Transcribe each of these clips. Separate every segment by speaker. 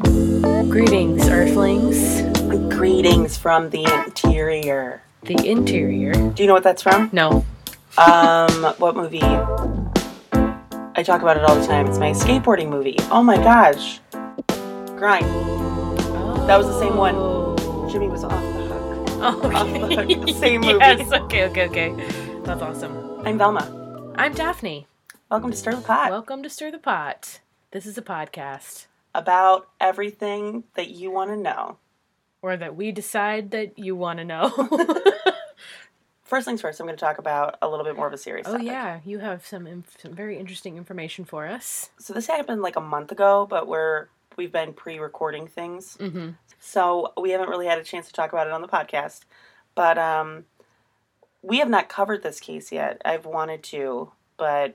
Speaker 1: Greetings, Earthlings.
Speaker 2: Greetings from the interior.
Speaker 1: The interior.
Speaker 2: Do you know what that's from?
Speaker 1: No.
Speaker 2: Um, what movie? I talk about it all the time. It's my skateboarding movie. Oh my gosh. Grind. That was the same one.
Speaker 1: Oh,
Speaker 2: Jimmy was off the hook.
Speaker 1: okay.
Speaker 2: Same movie.
Speaker 1: Yes. Okay. Okay. Okay. That's awesome.
Speaker 2: I'm Velma.
Speaker 1: I'm Daphne.
Speaker 2: Welcome to Stir the Pot.
Speaker 1: Welcome to Stir the Pot. This is a podcast
Speaker 2: About everything that you want to know.
Speaker 1: or that we decide that you want to know.
Speaker 2: First things first, I'm going to talk about a little bit more of a serious
Speaker 1: oh
Speaker 2: topic.
Speaker 1: yeah, you have some inf- some very interesting information for us.
Speaker 2: So this happened like a month ago, but we're we've been pre-recording things.
Speaker 1: Mm-hmm.
Speaker 2: So we haven't really had a chance to talk about it on the podcast, but um, we have not covered this case yet. I've wanted to, but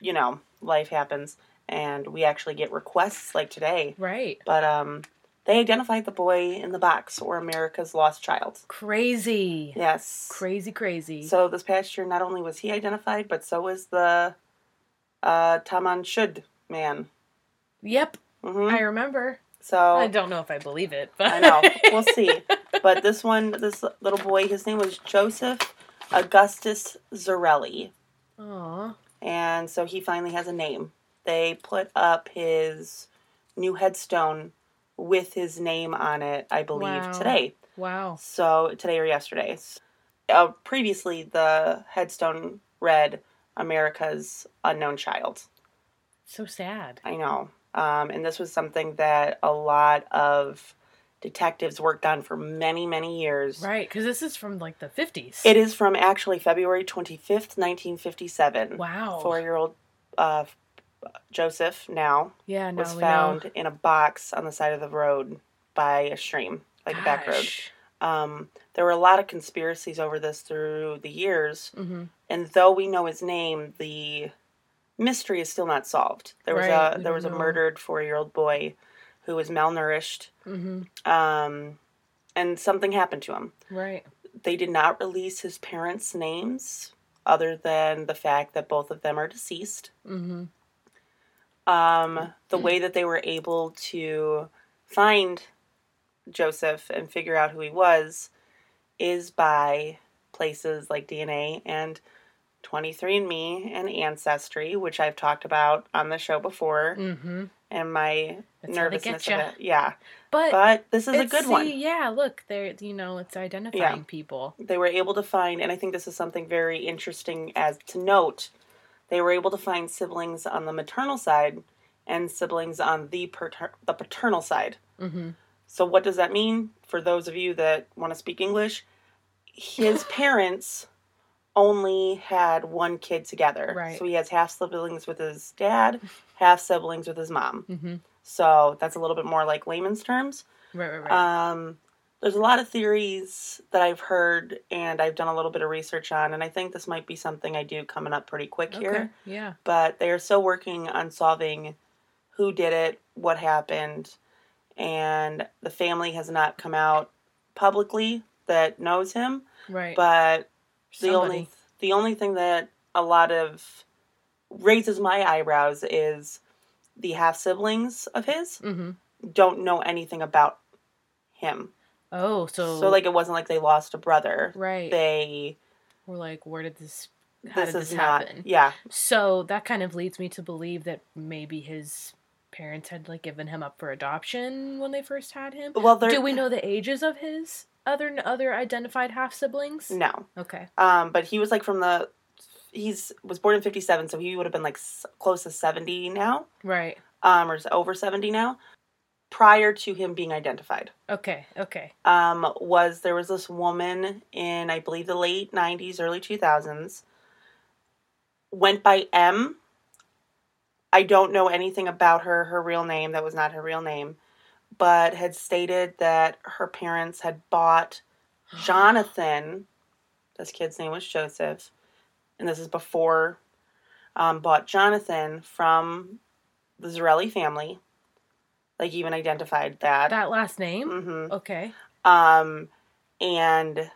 Speaker 2: you know, life happens, and we actually get requests like today.
Speaker 1: Right.
Speaker 2: But um, they identified the boy in the box or America's lost child.
Speaker 1: Crazy.
Speaker 2: Yes.
Speaker 1: Crazy. Crazy.
Speaker 2: So this past year, not only was he identified, but so was the uh, Taman Shud man.
Speaker 1: yep.
Speaker 2: hmm
Speaker 1: I remember.
Speaker 2: So
Speaker 1: I don't know if mm-hmm. Oh. I believe it, but
Speaker 2: I know. We'll see. But this one, this little boy, his name was Joseph Augustus Zarelli.
Speaker 1: Aw.
Speaker 2: And so he finally has a name. They put up his new headstone with his name on it, I believe,
Speaker 1: Wow.
Speaker 2: today.
Speaker 1: Wow.
Speaker 2: So today or yesterday. Uh, previously, the headstone read America's Unknown Child.
Speaker 1: So sad.
Speaker 2: I know. Um, and this was something that a lot of detectives worked on for many, many years.
Speaker 1: Right, because this is from like the 50s.
Speaker 2: It is from actually February 25th, 1957.
Speaker 1: Wow.
Speaker 2: Four year old uh, Joseph now
Speaker 1: yeah, no,
Speaker 2: was found in a box on the side of the road by a stream, like a back road. Um, there were a lot of conspiracies over this through the years.
Speaker 1: Mm-hmm.
Speaker 2: And though we know his name, the mystery is still not solved. There was
Speaker 1: Right,
Speaker 2: a
Speaker 1: we
Speaker 2: there
Speaker 1: don't
Speaker 2: was a
Speaker 1: know.
Speaker 2: murdered four year old boy who was malnourished,
Speaker 1: Mm-hmm.
Speaker 2: um, and something happened to him
Speaker 1: Right.
Speaker 2: they did not release his parents' names other than the fact that both of them are deceased.
Speaker 1: Mm-hmm.
Speaker 2: Um, the way that they were able to find Joseph and figure out who he was is by places like DNA and 23andMe and Ancestry, which I've talked about on the show before,
Speaker 1: Mm-hmm.
Speaker 2: and my
Speaker 1: That's how they
Speaker 2: nervousness
Speaker 1: get
Speaker 2: of
Speaker 1: ya.
Speaker 2: it. Yeah.
Speaker 1: But,
Speaker 2: But this is a
Speaker 1: it's-
Speaker 2: good
Speaker 1: see,
Speaker 2: one.
Speaker 1: Yeah, look, they're, you know, it's identifying people.
Speaker 2: they were able to find, and I think this is something very interesting as to note, they were able to find siblings on the maternal side and siblings on the pater- the paternal side.
Speaker 1: Mm-hmm.
Speaker 2: So what does that mean for those of you that want to speak English? His parents only had one kid together.
Speaker 1: Right.
Speaker 2: So he has half siblings with his dad, half siblings with his mom.
Speaker 1: Mm-hmm.
Speaker 2: So that's a little bit more like layman's terms.
Speaker 1: Right, right, right.
Speaker 2: Um, there's a lot of theories that I've heard and I've done a little bit of research on, and I think this might be something I do coming up pretty quick
Speaker 1: Okay.
Speaker 2: here.
Speaker 1: Yeah.
Speaker 2: But they are still working on solving who did it, what happened, and the family has not come out publicly that knows him.
Speaker 1: Right.
Speaker 2: But the
Speaker 1: Somebody.
Speaker 2: only the only thing that a lot of raises my eyebrows is the half siblings of his
Speaker 1: Mm-hmm.
Speaker 2: don't know anything about him.
Speaker 1: Oh, so,
Speaker 2: So, like it wasn't like they lost a brother.
Speaker 1: right.
Speaker 2: They
Speaker 1: We're like, where did this? How
Speaker 2: this
Speaker 1: did
Speaker 2: is
Speaker 1: this
Speaker 2: not
Speaker 1: happen?
Speaker 2: yeah.
Speaker 1: So that kind of leads me to believe that maybe his parents had like given him up for adoption when they first had him.
Speaker 2: Well, there
Speaker 1: Do we know the ages of his other other identified half siblings?
Speaker 2: No.
Speaker 1: Okay.
Speaker 2: Um but he was like from the he's was born in 57 so he would have been like s- close to 70 now
Speaker 1: Right.
Speaker 2: um or s- over 70 now prior to him being identified.
Speaker 1: Okay. Okay.
Speaker 2: Um was there was this woman in I believe the late 90s early 2000s went by M I don't know anything about her, her real name, that was not her real name, but had stated that her parents had bought Jonathan, this kid's name was Joseph, and this is before, um, bought Jonathan from the Zarelli family. Like, even identified that.
Speaker 1: That last name.
Speaker 2: hmm
Speaker 1: Okay.
Speaker 2: Um, and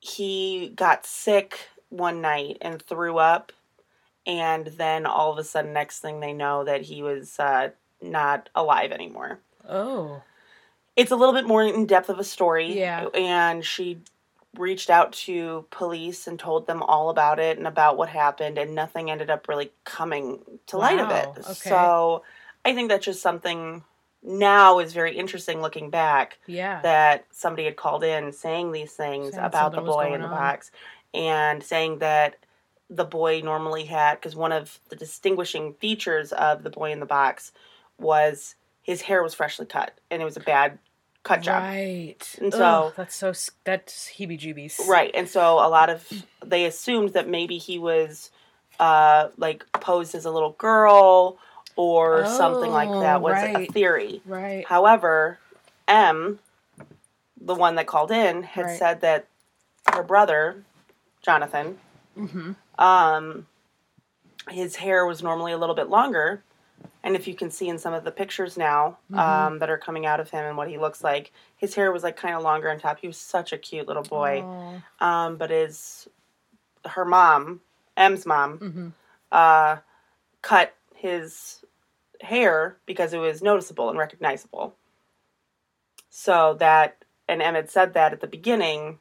Speaker 2: he got sick one night and threw up. And then all of a sudden, next thing they know, that he was uh, not alive anymore.
Speaker 1: Oh.
Speaker 2: It's a little bit more in depth of a story.
Speaker 1: Yeah.
Speaker 2: And she reached out to police and told them all about it and about what happened, and nothing ended up really coming to light of
Speaker 1: Wow,
Speaker 2: it.
Speaker 1: okay.
Speaker 2: So I think that's just something now is very interesting looking back
Speaker 1: Yeah.
Speaker 2: that somebody had called in saying these things
Speaker 1: Saying
Speaker 2: about the
Speaker 1: something was
Speaker 2: boy
Speaker 1: going
Speaker 2: in the
Speaker 1: on.
Speaker 2: box and saying that the boy normally had because one of the distinguishing features of the boy in the box was his hair was freshly cut and it was a bad cut job
Speaker 1: Right. Ugh,
Speaker 2: And so-
Speaker 1: that's so s- that's heebie-jeebies.
Speaker 2: Right. And so a lot of they assumed that maybe he was uh like posed as a little girl or something like
Speaker 1: Oh,
Speaker 2: that was a
Speaker 1: right.
Speaker 2: theory.
Speaker 1: Right.
Speaker 2: However, M, the one that called in, had
Speaker 1: Right.
Speaker 2: said that her brother, Jonathan,
Speaker 1: Mhm.
Speaker 2: um his hair was normally a little bit longer. And if you can see in some of the pictures now um, that are coming out of him and what he looks like, his hair was like kind of longer on top. He was such a cute little boy
Speaker 1: Oh.
Speaker 2: um, but is her mom, M's mom,
Speaker 1: Mhm.
Speaker 2: uh, cut his hair because it was noticeable and recognizable. So that, and Em had said that at the beginning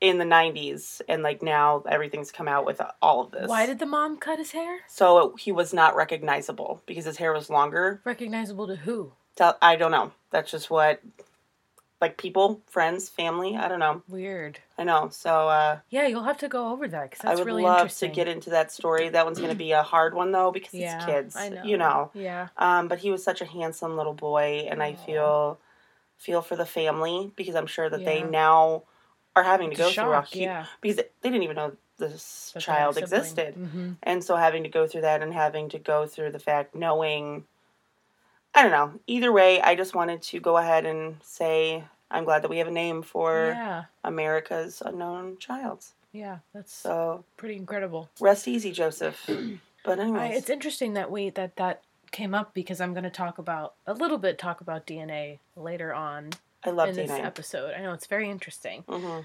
Speaker 2: in the 90s, and like now everything's come out with all of this.
Speaker 1: Why did the mom cut his hair?
Speaker 2: so he was not recognizable because his hair was longer.
Speaker 1: Recognizable to who?
Speaker 2: So I don't know. That's just what, like people, friends, family. I don't know.
Speaker 1: Weird.
Speaker 2: I know. So, uh,
Speaker 1: Yeah, you'll have to go over that because
Speaker 2: I
Speaker 1: that's
Speaker 2: would
Speaker 1: really
Speaker 2: love to
Speaker 1: interesting.
Speaker 2: get into that story. That one's going to be a hard one though because it's kids, you know.
Speaker 1: Yeah.
Speaker 2: Um, but he was such a handsome little boy, and I
Speaker 1: Aw.
Speaker 2: feel feel for the family because I'm sure that they
Speaker 1: Yeah.
Speaker 2: now are having to
Speaker 1: It's
Speaker 2: go
Speaker 1: a
Speaker 2: through a
Speaker 1: shock.
Speaker 2: huge
Speaker 1: yeah.
Speaker 2: because they didn't even know this child existed,
Speaker 1: hmm
Speaker 2: and so having to go through that and having to go through the fact knowing. I don't know. Either way, I just wanted to go ahead and say I'm glad that we have a name for
Speaker 1: Yeah.
Speaker 2: America's unknown child.
Speaker 1: Yeah. That's
Speaker 2: So
Speaker 1: pretty incredible.
Speaker 2: Rest easy, Joseph. But
Speaker 1: I,
Speaker 2: anyways,
Speaker 1: it's interesting that we that that came up because I'm going to talk about a little bit talk about DNA later on
Speaker 2: I love
Speaker 1: in this
Speaker 2: DNA.
Speaker 1: episode. I know it's very interesting.
Speaker 2: hmm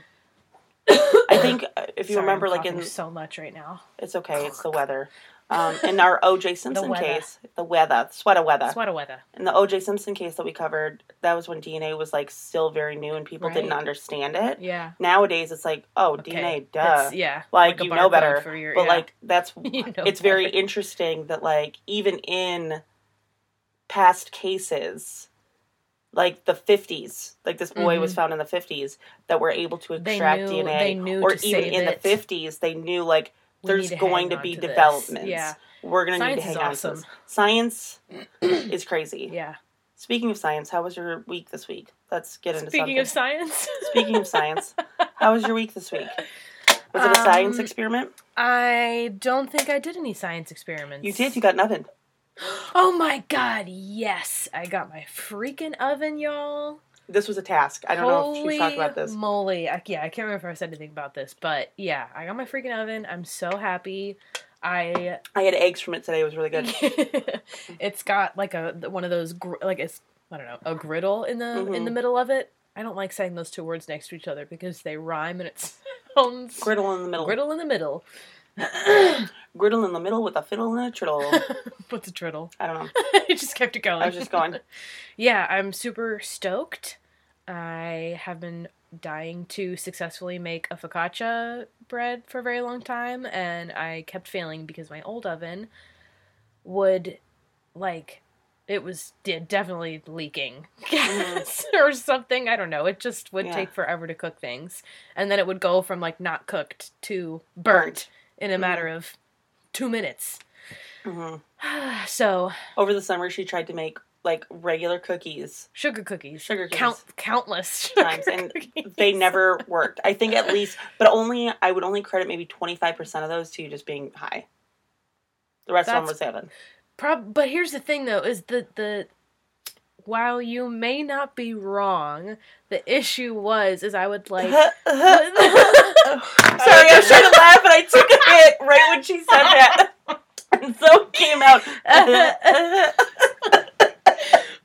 Speaker 2: I think uh, if
Speaker 1: Mm-hmm.
Speaker 2: you
Speaker 1: Sorry, I'm
Speaker 2: remember, like in
Speaker 1: coughing so much right now.
Speaker 2: it's okay, it's the weather. Um, in our O.J. Simpson
Speaker 1: weather.
Speaker 2: case, the weather, sweater weather.
Speaker 1: It's what a weather.
Speaker 2: In the O.J. Simpson case that we covered, that was when DNA was like still very new and people didn't
Speaker 1: Right.
Speaker 2: understand it.
Speaker 1: Yeah.
Speaker 2: Nowadays, it's like, oh,
Speaker 1: Okay.
Speaker 2: DNA, duh.
Speaker 1: That's- yeah.
Speaker 2: like,
Speaker 1: a
Speaker 2: you know
Speaker 1: barcode
Speaker 2: better.
Speaker 1: for your-
Speaker 2: but
Speaker 1: yeah.
Speaker 2: like that's
Speaker 1: You know
Speaker 2: it's very
Speaker 1: better.
Speaker 2: interesting that like even in past cases like the 50s like this boy was found in the 50s that were able to
Speaker 1: Mm-hmm. They
Speaker 2: extract
Speaker 1: knew-
Speaker 2: dna
Speaker 1: they knew
Speaker 2: or
Speaker 1: to
Speaker 2: even
Speaker 1: save
Speaker 2: in
Speaker 1: it.
Speaker 2: the 50s they knew like
Speaker 1: We
Speaker 2: there's
Speaker 1: need to
Speaker 2: going
Speaker 1: hang
Speaker 2: to
Speaker 1: on
Speaker 2: be
Speaker 1: to this.
Speaker 2: developments
Speaker 1: Yeah.
Speaker 2: we're going to need to
Speaker 1: Science
Speaker 2: hang
Speaker 1: is
Speaker 2: on to this.
Speaker 1: awesome.
Speaker 2: science is crazy
Speaker 1: Yeah.
Speaker 2: speaking of science how was your week this week let's get into
Speaker 1: Speaking
Speaker 2: something.
Speaker 1: of science,
Speaker 2: speaking of science how was your week this week was it a science
Speaker 1: Um,
Speaker 2: experiment
Speaker 1: I don't think I did any science experiments.
Speaker 2: you did you got nothing
Speaker 1: Oh my god, yes! I got my freaking oven, y'all.
Speaker 2: This was a task. I don't know if
Speaker 1: Holy
Speaker 2: she talked about this.
Speaker 1: Moly. I, yeah, I can't remember if I said anything about this, but yeah, I got my freaking oven. I'm so happy. I
Speaker 2: I had eggs from it today. It was really good.
Speaker 1: it's got like a one of those gr- like it's I don't know, a griddle in the
Speaker 2: Mm-hmm.
Speaker 1: in the middle of it. I don't like saying those two words next to each other because they rhyme and it sounds
Speaker 2: Griddle in the middle. Griddle,
Speaker 1: griddle in the middle.
Speaker 2: in the middle with a fiddle and a triddle.
Speaker 1: What's a triddle?
Speaker 2: I don't know.
Speaker 1: I just kept it going.
Speaker 2: I was just going.
Speaker 1: Yeah, I'm super stoked. I have been dying to successfully make a focaccia bread for a very long time, and I kept failing because my old oven would, like, it was de- definitely leaking gas or something. I don't know. It just would
Speaker 2: Mm-hmm. Yeah.
Speaker 1: take forever to cook things. And then it would go from, like, not cooked to burnt.
Speaker 2: Burnt. Mm-hmm.
Speaker 1: in a matter of two minutes.
Speaker 2: Mhm.
Speaker 1: So
Speaker 2: Over the summer, she tried to make like regular cookies.
Speaker 1: sugar cookies,
Speaker 2: Sugar cookies.
Speaker 1: count countless sugar
Speaker 2: Times, and
Speaker 1: cookies.
Speaker 2: They never worked. I think at least, but only I would only credit maybe twenty five percent of those to you just being high. The rest of them
Speaker 1: That's-
Speaker 2: was seven.
Speaker 1: Prob- but here's the thing, though, is that the while you may not be wrong, the issue was is I would like.
Speaker 2: Sorry, I was trying to laugh, and I took a hit right when she said that, and so it came out.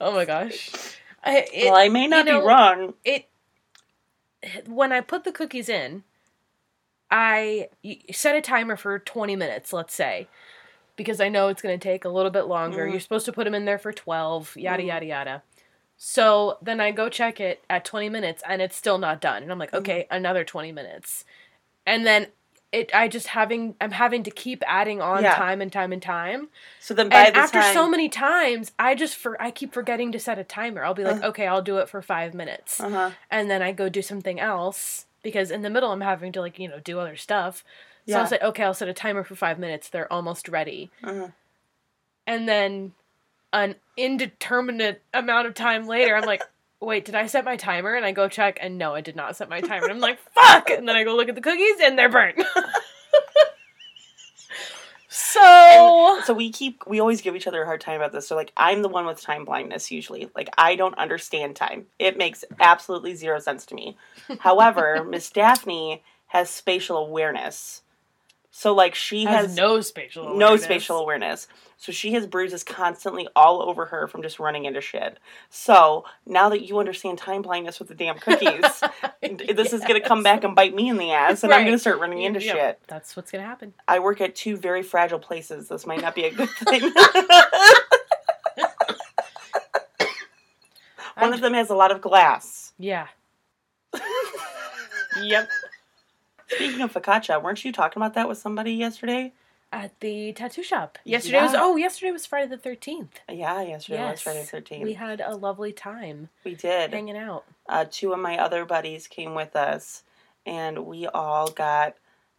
Speaker 1: oh my gosh. I, it,
Speaker 2: well, I may not
Speaker 1: know-
Speaker 2: be wrong.
Speaker 1: it when I put the cookies in, I y- set a timer for 20 minutes, let's say, because I know it's going to take a little bit longer.
Speaker 2: Mhm.
Speaker 1: You're supposed to put them in there for 12, yada
Speaker 2: Mhm.
Speaker 1: yada yada. So then I go check it at 20 minutes and it's still not done. And I'm like,
Speaker 2: Mhm.
Speaker 1: okay, another 20 minutes. And then it I just having I'm having to keep adding on
Speaker 2: Yeah.
Speaker 1: time and time and time.
Speaker 2: So then by
Speaker 1: And
Speaker 2: the
Speaker 1: after
Speaker 2: time,
Speaker 1: so many times, I just for I keep forgetting to set a timer. I'll be like,
Speaker 2: Uh.
Speaker 1: okay, I'll do it for 5 minutes
Speaker 2: uh-huh.
Speaker 1: and then I go do something else because in the middle I'm having to like you know do other stuff. So
Speaker 2: yeah,
Speaker 1: I'll say okay, I'll set a timer for five minutes. They're almost ready,
Speaker 2: uh-huh.
Speaker 1: and then an indeterminate amount of time later, I'm like, wait, did I set my timer? And I go check, and no, I did not set my timer. And I'm like, fuck! And then I go look at the cookies, and they're burnt. so
Speaker 2: So we keep we always give each other a hard time about this. So like I'm the one with time blindness usually. Like I don't understand time. It makes absolutely zero sense to me. However, Miss Daphne has spatial awareness. So like she
Speaker 1: has,
Speaker 2: has,
Speaker 1: no spatial
Speaker 2: no,
Speaker 1: awareness.
Speaker 2: spatial awareness. So she has bruises constantly all over her from just running into shit. So now that you understand time blindness with the damn cookies, this is gonna come back and bite me in the ass, and I'm
Speaker 1: Right.
Speaker 2: gonna start running
Speaker 1: Yeah,
Speaker 2: into
Speaker 1: yeah.
Speaker 2: shit.
Speaker 1: That's what's gonna happen.
Speaker 2: I work at two very fragile places. This might not be a good thing. One
Speaker 1: I'm-
Speaker 2: of them has a lot of glass.
Speaker 1: yeah. Yep.
Speaker 2: Speaking of focaccia, weren't you talking about that with somebody yesterday?
Speaker 1: At the tattoo shop. Yesterday was
Speaker 2: Yeah.
Speaker 1: oh, yesterday was Friday the thirteenth.
Speaker 2: Yeah, yesterday
Speaker 1: Yes.
Speaker 2: was Friday 13th.
Speaker 1: We
Speaker 2: We,
Speaker 1: had a lovely time
Speaker 2: did.
Speaker 1: hanging out.
Speaker 2: Uh, two of my other buddies came with us, and we all got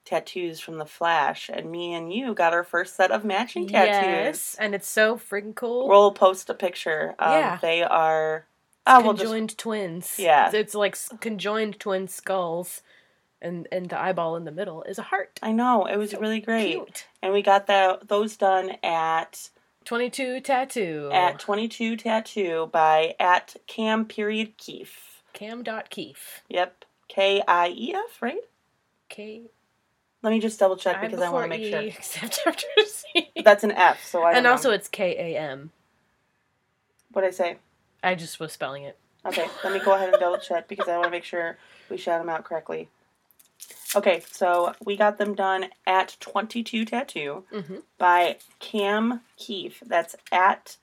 Speaker 2: tattoos from the Flash. And me and you got our first set of matching tattoos.
Speaker 1: Yes, and it's so freaking cool.
Speaker 2: We'll post a picture. Um,
Speaker 1: Yeah.
Speaker 2: They are.
Speaker 1: It's
Speaker 2: Oh, we'll just
Speaker 1: conjoined twins.
Speaker 2: Yeah.
Speaker 1: it's like s- conjoined twin skulls, and and the eyeball in the middle is a heart.
Speaker 2: I know it was
Speaker 1: So
Speaker 2: really great,
Speaker 1: Cute.
Speaker 2: and we got that those done at
Speaker 1: Twenty two tattoo
Speaker 2: at twenty two tattoo by at Cam period Keefe.
Speaker 1: Cam dot Keefe.
Speaker 2: Yep, K I E F, right?
Speaker 1: K
Speaker 2: Let me just double check
Speaker 1: I
Speaker 2: because I
Speaker 1: before
Speaker 2: want to make
Speaker 1: E
Speaker 2: sure
Speaker 1: except after C.
Speaker 2: that's an F. So I don't
Speaker 1: And
Speaker 2: know.
Speaker 1: also it's K A M.
Speaker 2: what I say.
Speaker 1: I just was spelling it.
Speaker 2: Okay, let me go ahead and double check because I want to make sure we shout them out correctly. Okay, so we got them done at twenty two tattoo
Speaker 1: hmm
Speaker 2: by Cam Keefe. That's at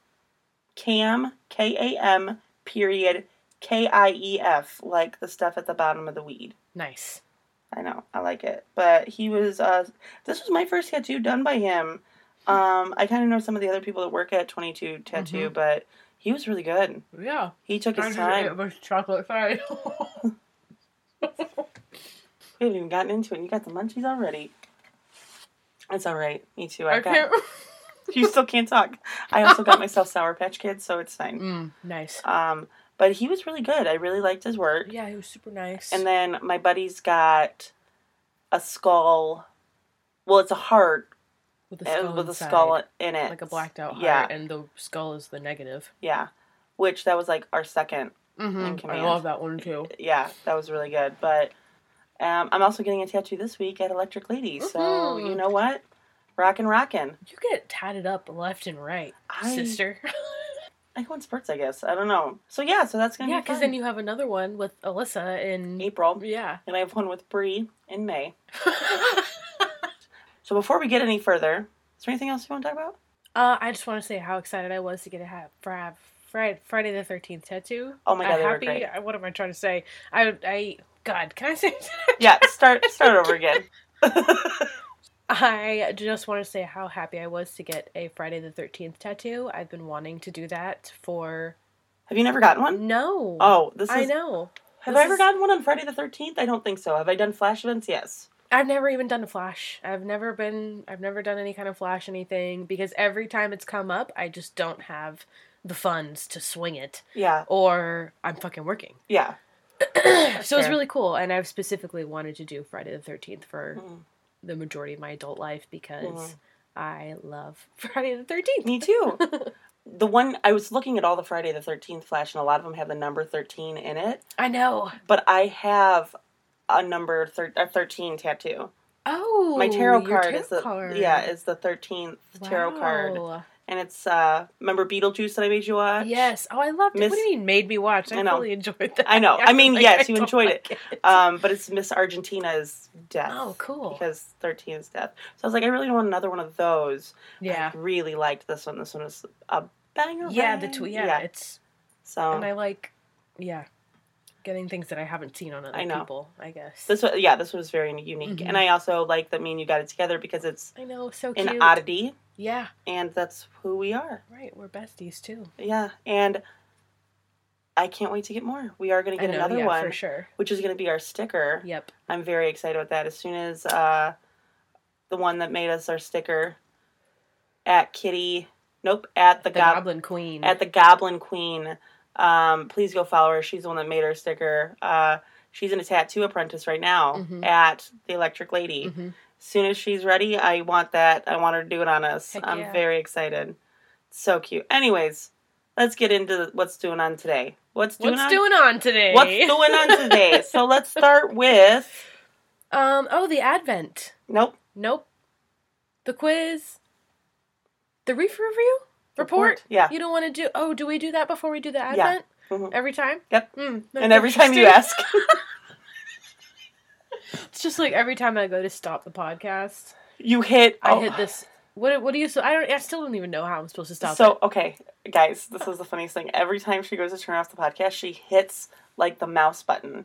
Speaker 2: Cam K A M period K I E F, like the stuff at the bottom of the weed.
Speaker 1: Nice.
Speaker 2: I know, I like it. But he was uh this was my first tattoo done by him. Um I kinda know some of the other people that work at twenty two tattoo, but he was really good.
Speaker 1: Yeah.
Speaker 2: He took his
Speaker 1: It
Speaker 2: time.
Speaker 1: was chocolate fairy.
Speaker 2: We haven't even gotten into it. and You got the munchies already. It's all right. Me too. I,
Speaker 1: I
Speaker 2: got,
Speaker 1: can't.
Speaker 2: You still can't talk. I also got myself Sour Patch Kids, so it's fine.
Speaker 1: Mm, nice.
Speaker 2: Um, but he was really good. I really liked his work.
Speaker 1: Yeah, he was super nice.
Speaker 2: And then my buddy's got a skull. Well, it's a heart
Speaker 1: with a
Speaker 2: uh,
Speaker 1: skull,
Speaker 2: with a
Speaker 1: inside,
Speaker 2: skull in it,
Speaker 1: like a blacked out heart,
Speaker 2: Yeah,
Speaker 1: and the skull is the negative.
Speaker 2: yeah. Which that was like our second. In
Speaker 1: Mm-hmm. I
Speaker 2: command.
Speaker 1: love that one too.
Speaker 2: Yeah, that was really good. But um, I'm also getting a tattoo this week at Electric Lady. So
Speaker 1: Mhm.
Speaker 2: you know what? Rockin' rockin'.
Speaker 1: You get tatted up left and right,
Speaker 2: I-
Speaker 1: sister.
Speaker 2: I go in spurts, I guess. I don't know. So yeah, so that's gonna
Speaker 1: yeah,
Speaker 2: be fun.
Speaker 1: because then you have another one with Alyssa in.
Speaker 2: April,
Speaker 1: Yeah.
Speaker 2: and I have one with Bree in May. So before we get any further, is there anything else you want to talk about?
Speaker 1: uh, I just want to say how excited I was to get a ha- fra- Friday, Friday the Thirteenth tattoo.
Speaker 2: Oh my God,
Speaker 1: I'm
Speaker 2: they were
Speaker 1: happy.
Speaker 2: great.
Speaker 1: I, what am I trying to say? I, I, God, can I say?
Speaker 2: Yeah, start start over again.
Speaker 1: I just want to say how happy I was to get a Friday the 13th tattoo. I've been wanting to do that for.
Speaker 2: Have you never gotten one?
Speaker 1: No.
Speaker 2: Oh, this is.
Speaker 1: I know.
Speaker 2: Have
Speaker 1: this
Speaker 2: I ever
Speaker 1: is-
Speaker 2: gotten one on Friday the Thirteenth? I don't think so. Have I done flash events? Yes.
Speaker 1: I've never even done a flash. I've never been. I've never done any kind of flash anything because every time it's come up, I just don't have the funds to swing it
Speaker 2: Yeah.
Speaker 1: or I'm fucking working.
Speaker 2: Yeah.
Speaker 1: so it's
Speaker 2: fair.
Speaker 1: really cool. And I've specifically wanted to do Friday the 13th for
Speaker 2: Mm.
Speaker 1: the majority of my adult life because
Speaker 2: Mhm.
Speaker 1: I love Friday the 13th.
Speaker 2: Me too. the one I was looking at all the Friday the Thirteenth flash, and a lot of them have the number thirteen in it.
Speaker 1: I know.
Speaker 2: But I have a number thir- a thirteen tattoo.
Speaker 1: Oh,
Speaker 2: My tarot
Speaker 1: your
Speaker 2: card is the
Speaker 1: card.
Speaker 2: yeah is the thirteenth tarot card,
Speaker 1: Wow.
Speaker 2: and it's uh remember Beetlejuice that I made you watch?
Speaker 1: Yes. Oh, I loved it. What do
Speaker 2: Miss-
Speaker 1: you mean made me watch? I,
Speaker 2: I know.
Speaker 1: really enjoyed that.
Speaker 2: I know. I
Speaker 1: act
Speaker 2: mean,
Speaker 1: like
Speaker 2: yes, you
Speaker 1: don't
Speaker 2: enjoyed
Speaker 1: like it.
Speaker 2: Um, but it's Miss Argentina's death.
Speaker 1: oh, cool.
Speaker 2: Because 13 is death. So I was like, I really don't want another one of those.
Speaker 1: yeah.
Speaker 2: I really liked this one. This one is a banger.
Speaker 1: Yeah, the
Speaker 2: bang.
Speaker 1: tweet. Yeah, it's
Speaker 2: So
Speaker 1: and I like yeah, getting things that I haven't seen on other
Speaker 2: I know.
Speaker 1: people. I guess.
Speaker 2: this was yeah, this was very unique.
Speaker 1: Mhm.
Speaker 2: And I also like that me and you got it together because it's
Speaker 1: I know. So
Speaker 2: an
Speaker 1: cute.
Speaker 2: oddity
Speaker 1: yeah.
Speaker 2: and that's who we are.
Speaker 1: Right. We're besties too.
Speaker 2: Yeah. And I can't wait to get more. We are gonna
Speaker 1: I
Speaker 2: get
Speaker 1: know.
Speaker 2: another
Speaker 1: yeah,
Speaker 2: one,
Speaker 1: for sure.
Speaker 2: which is gonna be our sticker.
Speaker 1: Yep.
Speaker 2: I'm very excited about that. As soon as uh, the one that made us our sticker at Kitty, nope, at the,
Speaker 1: The
Speaker 2: gob-
Speaker 1: Goblin Queen.
Speaker 2: at the Goblin Queen. Um, please go follow her. She's the one that made our sticker. Uh, she's in a tattoo apprentice right now
Speaker 1: Mhm.
Speaker 2: at the Electric Lady.
Speaker 1: Mhm.
Speaker 2: Soon as she's ready, I want that. I want her to do it on us.
Speaker 1: Heck
Speaker 2: I'm
Speaker 1: yeah.
Speaker 2: very excited. So cute. Anyways, let's get into what's doing on today. What's doing
Speaker 1: What's
Speaker 2: on
Speaker 1: doing on today?
Speaker 2: What's doing on today? so let's start with
Speaker 1: Um. Oh, the Advent.
Speaker 2: nope.
Speaker 1: Nope. The quiz. The reef review report.
Speaker 2: Yeah.
Speaker 1: You don't want to do. Oh, do we do that before we do the
Speaker 2: Yeah.
Speaker 1: Advent
Speaker 2: Mhm.
Speaker 1: every time?
Speaker 2: Yep.
Speaker 1: Mm,
Speaker 2: And every time you
Speaker 1: interesting.
Speaker 2: ask,
Speaker 1: it's just like every time I go to stop the podcast,
Speaker 2: you hit.
Speaker 1: I
Speaker 2: oh.
Speaker 1: hit this. What? What do you? So I don't. I still don't even know how I'm supposed to stop.
Speaker 2: So
Speaker 1: it.
Speaker 2: okay, guys, this is the funniest thing. Every time she goes to turn off the podcast, she hits like the mouse button.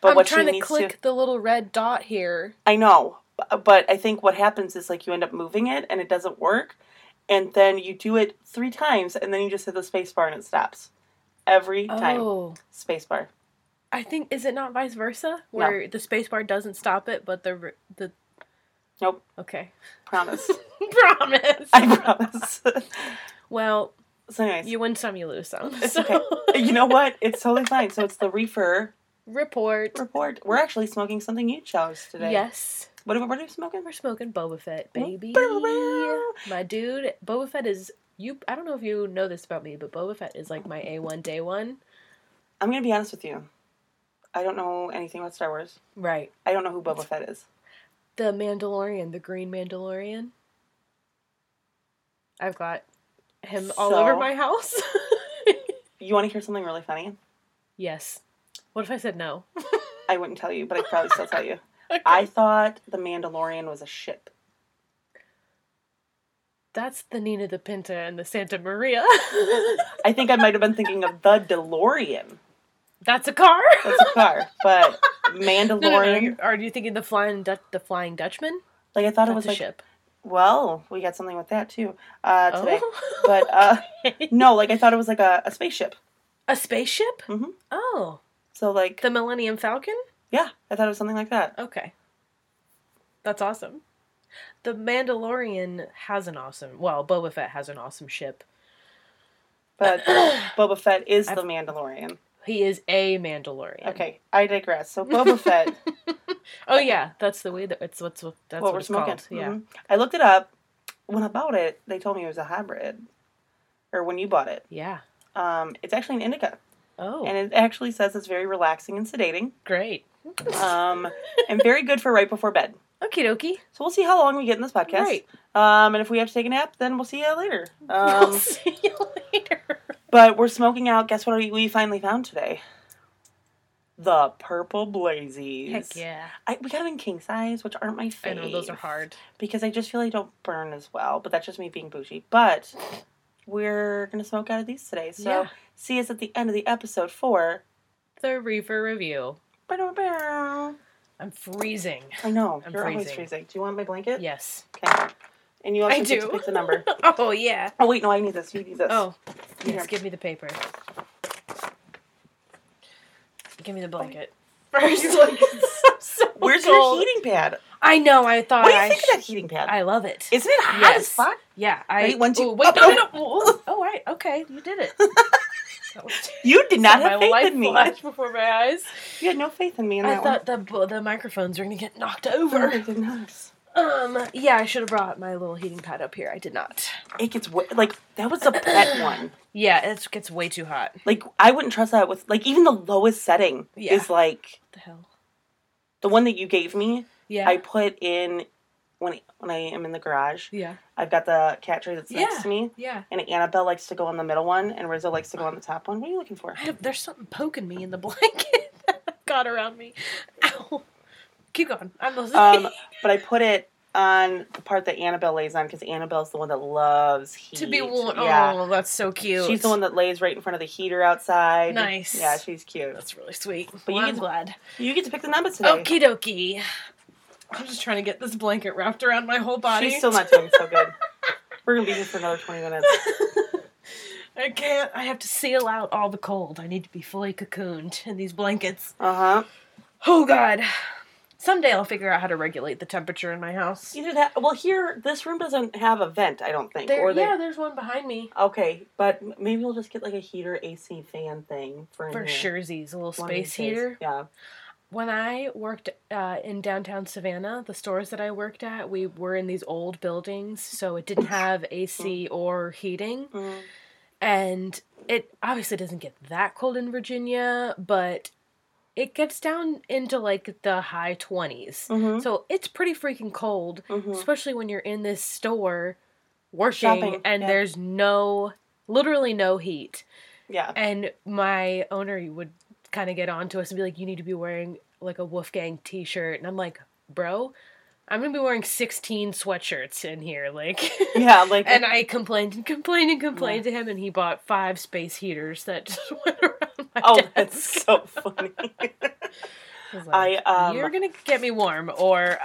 Speaker 2: But
Speaker 1: I'm
Speaker 2: what she
Speaker 1: trying to
Speaker 2: needs
Speaker 1: click
Speaker 2: to,
Speaker 1: the little red dot here.
Speaker 2: I know, bu- but I think what happens is like you end up moving it and it doesn't work, and then you do it three times, and then you just hit the space bar and it stops. Every time,
Speaker 1: Oh,
Speaker 2: space bar.
Speaker 1: I think is it not vice versa where the space bar doesn't stop it, but the r- the
Speaker 2: Nope.
Speaker 1: okay
Speaker 2: Promise.
Speaker 1: promise.
Speaker 2: I promise.
Speaker 1: well,
Speaker 2: so, anyways, you,
Speaker 1: you win some, you lose some.
Speaker 2: It's
Speaker 1: so.
Speaker 2: know what? It's totally fine. So it's the reefer
Speaker 1: report.
Speaker 2: report. We're actually smoking something you chose today.
Speaker 1: Yes.
Speaker 2: What are, what are we smoking?
Speaker 1: We're smoking Boba Fett,
Speaker 2: Boba
Speaker 1: baby.
Speaker 2: Fett.
Speaker 1: My dude, Boba Fett is you I don't know if you know this about me, but Boba Fett is like my A1 day 1.
Speaker 2: I'm gonna be honest with you. I don't know anything about Star Wars.
Speaker 1: Right.
Speaker 2: I don't know who Boba Fett is.
Speaker 1: The Mandalorian, the green Mandalorian. I've got him all
Speaker 2: So-
Speaker 1: over my house.
Speaker 2: You want to hear something really funny?
Speaker 1: yes. What if I said no?
Speaker 2: I wouldn't tell you, but I'd probably still tell you.
Speaker 1: Okay.
Speaker 2: I thought the Mandalorian was a ship.
Speaker 1: That's the Nina the Pinta and the Santa Maria.
Speaker 2: I think I might have been thinking of the DeLorean.
Speaker 1: That's a car.
Speaker 2: That's a car, but Mandalorian.
Speaker 1: No, no, no. you're- Are you thinking the flying Dut the flying Dutchman?
Speaker 2: Like I thought it
Speaker 1: That's
Speaker 2: was
Speaker 1: a
Speaker 2: like.
Speaker 1: ship.
Speaker 2: Well, we got something with that too uh, today.
Speaker 1: Oh.
Speaker 2: But uh, no, like I thought it was like a, a spaceship.
Speaker 1: A spaceship?
Speaker 2: Mhm.
Speaker 1: Oh,
Speaker 2: So like,
Speaker 1: the Millennium Falcon?
Speaker 2: yeah, I thought it was something like that.
Speaker 1: Okay. That's awesome. The Mandalorian has an awesome, well, Boba Fett has an awesome ship.
Speaker 2: But Boba Fett is
Speaker 1: I've-
Speaker 2: the Mandalorian.
Speaker 1: He is a Mandalorian.
Speaker 2: Okay, I digress. So Boba Fett
Speaker 1: Oh yeah, that's the way that it's what's that's what,
Speaker 2: what, we're
Speaker 1: it's
Speaker 2: smoking.
Speaker 1: called. Yeah.
Speaker 2: Mhm. I looked it up. When I bought it, they told me it was a hybrid, or when you bought it.
Speaker 1: Yeah.
Speaker 2: Um, it's actually an indica,
Speaker 1: Oh,
Speaker 2: and it actually says it's very relaxing and sedating,
Speaker 1: great.
Speaker 2: um, and very good for right before bed.
Speaker 1: Okie dokie.
Speaker 2: So we'll see how long we get in this podcast.
Speaker 1: Right.
Speaker 2: Um, and if we have to take a nap, then we'll see you later.
Speaker 1: we'll
Speaker 2: Um,
Speaker 1: see you later.
Speaker 2: but we're smoking out. Guess what we, we finally found today? The purple blazies.
Speaker 1: Heck yeah.
Speaker 2: I, we got them in king size, which aren't my
Speaker 1: I
Speaker 2: favorite.
Speaker 1: know those are hard.
Speaker 2: because I just feel they don't burn as well. But that's just me being bougie. But we're gonna smoke out of these today. So
Speaker 1: Yeah.
Speaker 2: see us at the end of the episode for.
Speaker 1: The Reaver Review.
Speaker 2: I
Speaker 1: I'm freezing.
Speaker 2: know
Speaker 1: I'm
Speaker 2: you're always
Speaker 1: freezing.
Speaker 2: freezing. Do you want my blanket?
Speaker 1: Yes.
Speaker 2: Okay. And you also
Speaker 1: I
Speaker 2: get
Speaker 1: do.
Speaker 2: to pick the number.
Speaker 1: Oh yeah.
Speaker 2: Oh wait, no, I need this. You need this.
Speaker 1: Oh, yes,
Speaker 2: Here.
Speaker 1: give me the paper. Give me the blanket.
Speaker 2: She's like,
Speaker 1: I'm so
Speaker 2: where's
Speaker 1: cold.
Speaker 2: your heating pad?
Speaker 1: I know, I thought
Speaker 2: What do you
Speaker 1: I
Speaker 2: think
Speaker 1: sh-
Speaker 2: of that heating pad?
Speaker 1: I love it.
Speaker 2: Isn't it hot as
Speaker 1: Yes.
Speaker 2: fuck?
Speaker 1: yeah, I
Speaker 2: Wait, one, two-
Speaker 1: Ooh, wait,
Speaker 2: up,
Speaker 1: no, no, no. Ooh, Oh, right. Okay, you did it. That was-
Speaker 2: You did not
Speaker 1: my
Speaker 2: have faith
Speaker 1: life
Speaker 2: in me.
Speaker 1: flashed before my eyes.
Speaker 2: You had no faith in me in
Speaker 1: I
Speaker 2: that
Speaker 1: thought the bu- the microphones were going to get knocked
Speaker 2: one.
Speaker 1: over.
Speaker 2: It knows.
Speaker 1: Um, yeah, I should have brought my little heating pad up here. I did not.
Speaker 2: It gets wet. Like that was a pet one.
Speaker 1: Yeah, it gets way too hot. What
Speaker 2: Like I wouldn't trust that with like even the lowest setting
Speaker 1: Yeah.
Speaker 2: is like
Speaker 1: the hell?
Speaker 2: the one that you gave me.
Speaker 1: Yeah.
Speaker 2: I put in when when I am in the garage.
Speaker 1: Yeah.
Speaker 2: I've got the cat tray that's
Speaker 1: Yeah.
Speaker 2: next to me,
Speaker 1: Yeah.
Speaker 2: and Annabelle likes to go on the middle one, and Rizzo likes to go on the top one. What are you looking for?
Speaker 1: I have, there's something poking me in the blanket that I've got around me. Ow. Keep going. I'm listening.
Speaker 2: Um, but I put it on the part that Annabelle lays on because Annabelle's the one that loves heat.
Speaker 1: to be worn.
Speaker 2: Yeah.
Speaker 1: Oh, that's so cute.
Speaker 2: She's the one that lays right in front of the heater outside.
Speaker 1: Nice.
Speaker 2: Yeah, she's cute.
Speaker 1: That's really sweet.
Speaker 2: But
Speaker 1: But
Speaker 2: you
Speaker 1: well,
Speaker 2: get
Speaker 1: I'm
Speaker 2: to-
Speaker 1: glad.
Speaker 2: You get to pick the number today.
Speaker 1: Okie dokie. I'm just trying to get this blanket wrapped around my whole body.
Speaker 2: She's still not doing so good. We're gonna be here for another twenty minutes.
Speaker 1: I can't. I have to seal out all the cold. I need to be fully cocooned in these blankets.
Speaker 2: Uh huh.
Speaker 1: Oh God. Someday I'll figure out how to regulate the temperature in my house.
Speaker 2: Either that. Well, here this room doesn't have a vent. I don't think.
Speaker 1: There,
Speaker 2: or they.
Speaker 1: yeah, there's one behind me.
Speaker 2: Okay, but m- maybe we'll just get like a heater, AC, fan thing for in
Speaker 1: For
Speaker 2: here.
Speaker 1: sure, Z's a little
Speaker 2: One of these
Speaker 1: space
Speaker 2: days.
Speaker 1: heater.
Speaker 2: Yeah.
Speaker 1: When I worked uh, in downtown Savannah, the stores that I worked at, we were in these old buildings, so it didn't have AC or heating.
Speaker 2: Mm.
Speaker 1: And it obviously doesn't get that cold in Virginia, but it gets down into like the high 20s.
Speaker 2: Mhm.
Speaker 1: So it's pretty freaking cold,
Speaker 2: Mhm.
Speaker 1: especially when you're in this store working
Speaker 2: Shopping,
Speaker 1: and
Speaker 2: yeah.
Speaker 1: there's no, literally no heat.
Speaker 2: Yeah.
Speaker 1: And my owner would kind of get on to us and be like, "You need to be wearing like a Wolfgang T-shirt," and I'm like, "Bro, I'm gonna be wearing 16 sweatshirts in here." Like,
Speaker 2: Yeah. Like.
Speaker 1: and I complained and complained and complained to him, and he bought five space heaters that just went around my
Speaker 2: oh,
Speaker 1: desk.
Speaker 2: that's so funny.
Speaker 1: I was
Speaker 2: I
Speaker 1: like,
Speaker 2: um.
Speaker 1: You're gonna get me warm, or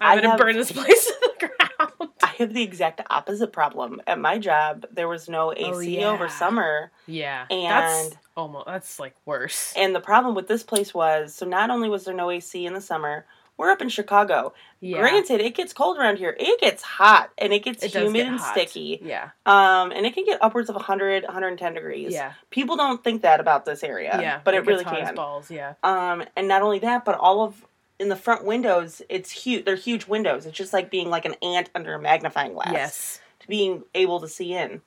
Speaker 2: I
Speaker 1: I'm gonna
Speaker 2: have-
Speaker 1: burn this place to the ground.
Speaker 2: I have the exact opposite problem. At my job, there was no AC
Speaker 1: Oh, yeah.
Speaker 2: over summer.
Speaker 1: Yeah,
Speaker 2: And-
Speaker 1: that's almost that's like worse.
Speaker 2: And the problem with this place was so not only was there no AC in the summer, we're up in Chicago.
Speaker 1: yeah,
Speaker 2: Granted, it gets cold around here. It gets hot and it gets
Speaker 1: it does
Speaker 2: humid
Speaker 1: get
Speaker 2: and
Speaker 1: hot.
Speaker 2: sticky.
Speaker 1: Yeah,
Speaker 2: Um, and it can get upwards of 100, 110 degrees.
Speaker 1: yeah,
Speaker 2: People don't think that about this area,
Speaker 1: yeah,
Speaker 2: but it,
Speaker 1: gets
Speaker 2: really
Speaker 1: hot as
Speaker 2: can.
Speaker 1: balls. Yeah.
Speaker 2: Um, and not only that, but all of in the front windows, it's huge. They're huge windows. It's just like being like an ant under a magnifying glass.
Speaker 1: Yes.
Speaker 2: to being able to see in.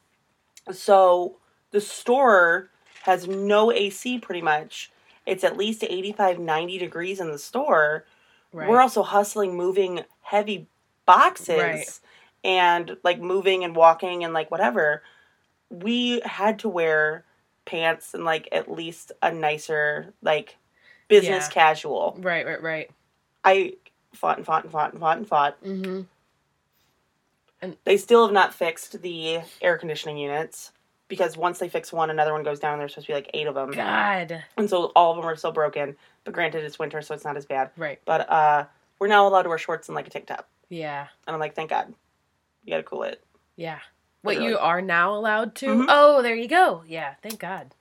Speaker 2: So the store has no AC pretty much. It's at least 85, 90 degrees in the store.
Speaker 1: Right.
Speaker 2: We're also hustling, moving heavy boxes
Speaker 1: Right.
Speaker 2: and like moving and walking and like whatever. We had to wear pants and like at least a nicer, like business
Speaker 1: Yeah.
Speaker 2: casual.
Speaker 1: right, right, right.
Speaker 2: I fought and fought and fought and fought and fought.
Speaker 1: Mm-hmm.
Speaker 2: They still have not fixed the air conditioning units because once they fix one, another one goes down. And there's supposed to be like eight of them,
Speaker 1: God.
Speaker 2: and so all of them are still broken. But granted, it's winter, so it's not as bad.
Speaker 1: Right.
Speaker 2: But uh, we're now allowed to wear shorts and like a tank top,
Speaker 1: Yeah.
Speaker 2: and I'm like, thank God, you gotta cool it.
Speaker 1: Yeah. What
Speaker 2: Literally.
Speaker 1: you are now allowed to?
Speaker 2: Mhm.
Speaker 1: Oh, there you go. Yeah. Thank God.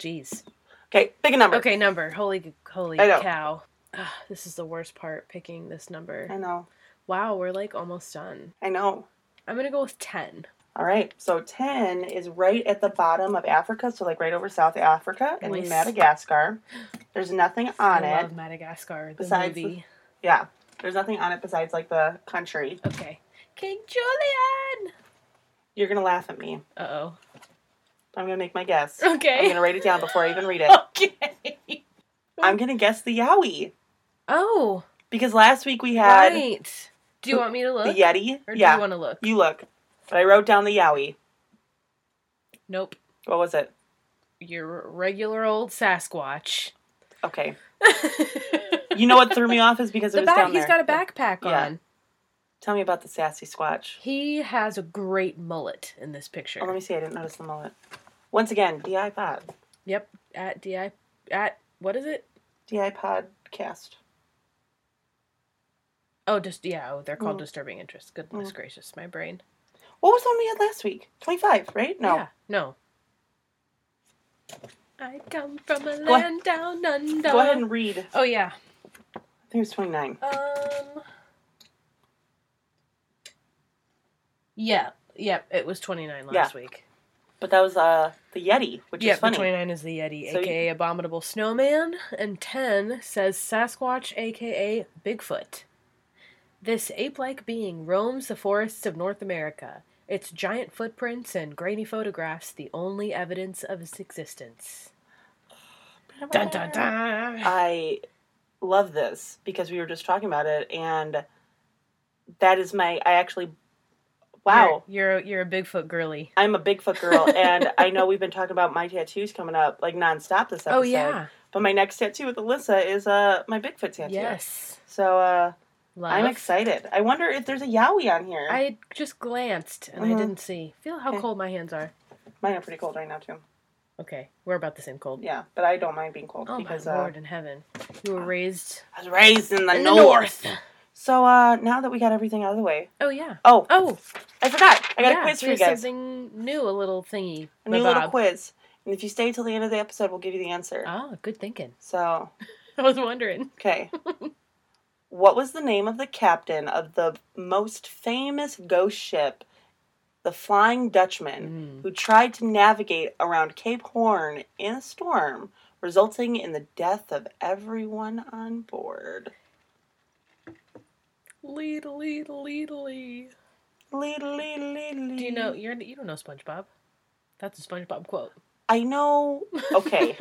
Speaker 1: Jeez.
Speaker 2: Okay, pick a number.
Speaker 1: Okay, number. Holy, holy
Speaker 2: I know.
Speaker 1: cow. Ugh, this is the worst part. Picking this number.
Speaker 2: I know,
Speaker 1: Wow, we're like almost done.
Speaker 2: I know.
Speaker 1: I'm gonna go with ten.
Speaker 2: All right, so ten is right at the bottom of Africa, so like right over South Africa and
Speaker 1: Nice.
Speaker 2: Madagascar. There's nothing on
Speaker 1: I
Speaker 2: it.
Speaker 1: love Madagascar. The
Speaker 2: Besides
Speaker 1: movie.
Speaker 2: Yeah, there's nothing on it besides like the country.
Speaker 1: Okay. King Julian.
Speaker 2: You're gonna laugh at me.
Speaker 1: Uh
Speaker 2: I'm gonna make my guess.
Speaker 1: oh.
Speaker 2: I'm
Speaker 1: Okay.
Speaker 2: gonna write it down before I even read it.
Speaker 1: okay.
Speaker 2: I'm gonna guess the Yowie
Speaker 1: Oh,
Speaker 2: because last week we had
Speaker 1: right. Do you want me to
Speaker 2: the
Speaker 1: look?
Speaker 2: Yeti.
Speaker 1: Or do
Speaker 2: yeah,
Speaker 1: you want to look?
Speaker 2: you look. But I wrote down the Yowie.
Speaker 1: Nope.
Speaker 2: What was it?
Speaker 1: Your regular old Sasquatch.
Speaker 2: Okay. You know what threw me off is because it
Speaker 1: the
Speaker 2: was
Speaker 1: back,
Speaker 2: down
Speaker 1: he's
Speaker 2: there.
Speaker 1: got a backpack
Speaker 2: Yeah.
Speaker 1: on.
Speaker 2: Tell me about the sassy squatch.
Speaker 1: He has a great mullet in this picture.
Speaker 2: Oh, let me see. I didn't notice the mullet. Once again, DI Pod,
Speaker 1: Yep, at di at what is it?
Speaker 2: DI Podcast.
Speaker 1: Oh, just yeah. Oh, they're called
Speaker 2: Mm.
Speaker 1: disturbing interests. Goodness
Speaker 2: Mm.
Speaker 1: gracious, my brain.
Speaker 2: What was the one we had last week? Twenty five, right? No.
Speaker 1: yeah, no. I come from a
Speaker 2: Go ahead.
Speaker 1: land down under.
Speaker 2: Go ahead and read. I
Speaker 1: Oh yeah.
Speaker 2: think it was twenty nine.
Speaker 1: Um. Yeah. Yep. It was twenty nine last week.
Speaker 2: But that was uh the Yeti, which
Speaker 1: yeah,
Speaker 2: is funny.
Speaker 1: the 29 is the Yeti,
Speaker 2: So you-
Speaker 1: aka Abominable Snowman, and 10 says Sasquatch, aka Bigfoot. This ape like being roams the forests of North America, its giant footprints and grainy photographs the only evidence of its existence. Dun dun dun!
Speaker 2: Uh, I love this because we were just talking about it and that is my I actually wow.
Speaker 1: You're you're, a- you're a Bigfoot girly.
Speaker 2: I'm a Bigfoot girl and I know we've been talking about my tattoos coming up like nonstop this episode.
Speaker 1: Oh yeah.
Speaker 2: But my next tattoo with Alyssa is uh my Bigfoot tattoo.
Speaker 1: Yes.
Speaker 2: So uh
Speaker 1: Love.
Speaker 2: I'm excited. I wonder if there's a Yowie on here.
Speaker 1: I just glanced and
Speaker 2: Mhm.
Speaker 1: I didn't see. Feel how
Speaker 2: Okay.
Speaker 1: cold my hands are.
Speaker 2: Mine are pretty cold right now too.
Speaker 1: Okay, we're about the same cold.
Speaker 2: Yeah, but I don't mind being cold
Speaker 1: Oh
Speaker 2: because
Speaker 1: my
Speaker 2: uh,
Speaker 1: lord in heaven! You were raised
Speaker 2: I was raised in the
Speaker 1: in
Speaker 2: north. So uh now that we got everything out of the way.
Speaker 1: Oh yeah.
Speaker 2: Oh,
Speaker 1: Oh,
Speaker 2: I forgot. I got
Speaker 1: yeah,
Speaker 2: a quiz for you
Speaker 1: there's
Speaker 2: guys.
Speaker 1: Something new, a little thingy.
Speaker 2: A new
Speaker 1: Bob.
Speaker 2: little quiz. And if you stay till the end of the episode, we'll give you the answer.
Speaker 1: Oh, good thinking.
Speaker 2: So,
Speaker 1: I was wondering.
Speaker 2: okay. what was the name of the captain of the most famous ghost ship, the Flying Dutchman,
Speaker 1: Mm.
Speaker 2: who tried to navigate around Cape Horn in a storm, resulting in the death of everyone on board?
Speaker 1: Lead, lead, lead, lead.
Speaker 2: Do
Speaker 1: Do you know you're you don't know SpongeBob? That's a SpongeBob quote.
Speaker 2: I know. Okay.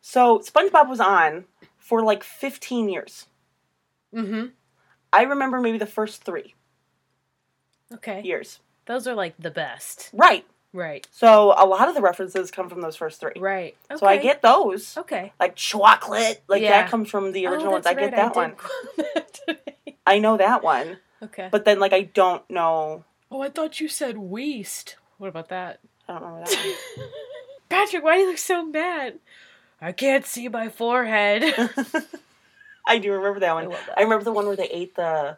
Speaker 2: so, SpongeBob was on for like 15 years.
Speaker 1: Mm-hmm.
Speaker 2: I remember maybe the first three
Speaker 1: Okay.
Speaker 2: years.
Speaker 1: Those are like the best.
Speaker 2: Right.
Speaker 1: Right.
Speaker 2: So a lot of the references come from those first three.
Speaker 1: Right. Okay.
Speaker 2: So I get those.
Speaker 1: Okay.
Speaker 2: Like chocolate. Like
Speaker 1: Yeah.
Speaker 2: that comes from the
Speaker 1: Oh,
Speaker 2: original ones. I
Speaker 1: that's
Speaker 2: get
Speaker 1: right,
Speaker 2: that
Speaker 1: I
Speaker 2: one.
Speaker 1: did quote that today.
Speaker 2: I know that one.
Speaker 1: okay.
Speaker 2: But then like I don't know
Speaker 1: oh, I thought you said waste. What about that?
Speaker 2: I don't remember that one.
Speaker 1: Patrick, why do you look so mad? I can't see my forehead.
Speaker 2: I do remember that one. I,
Speaker 1: love that.
Speaker 2: remember the one where they ate the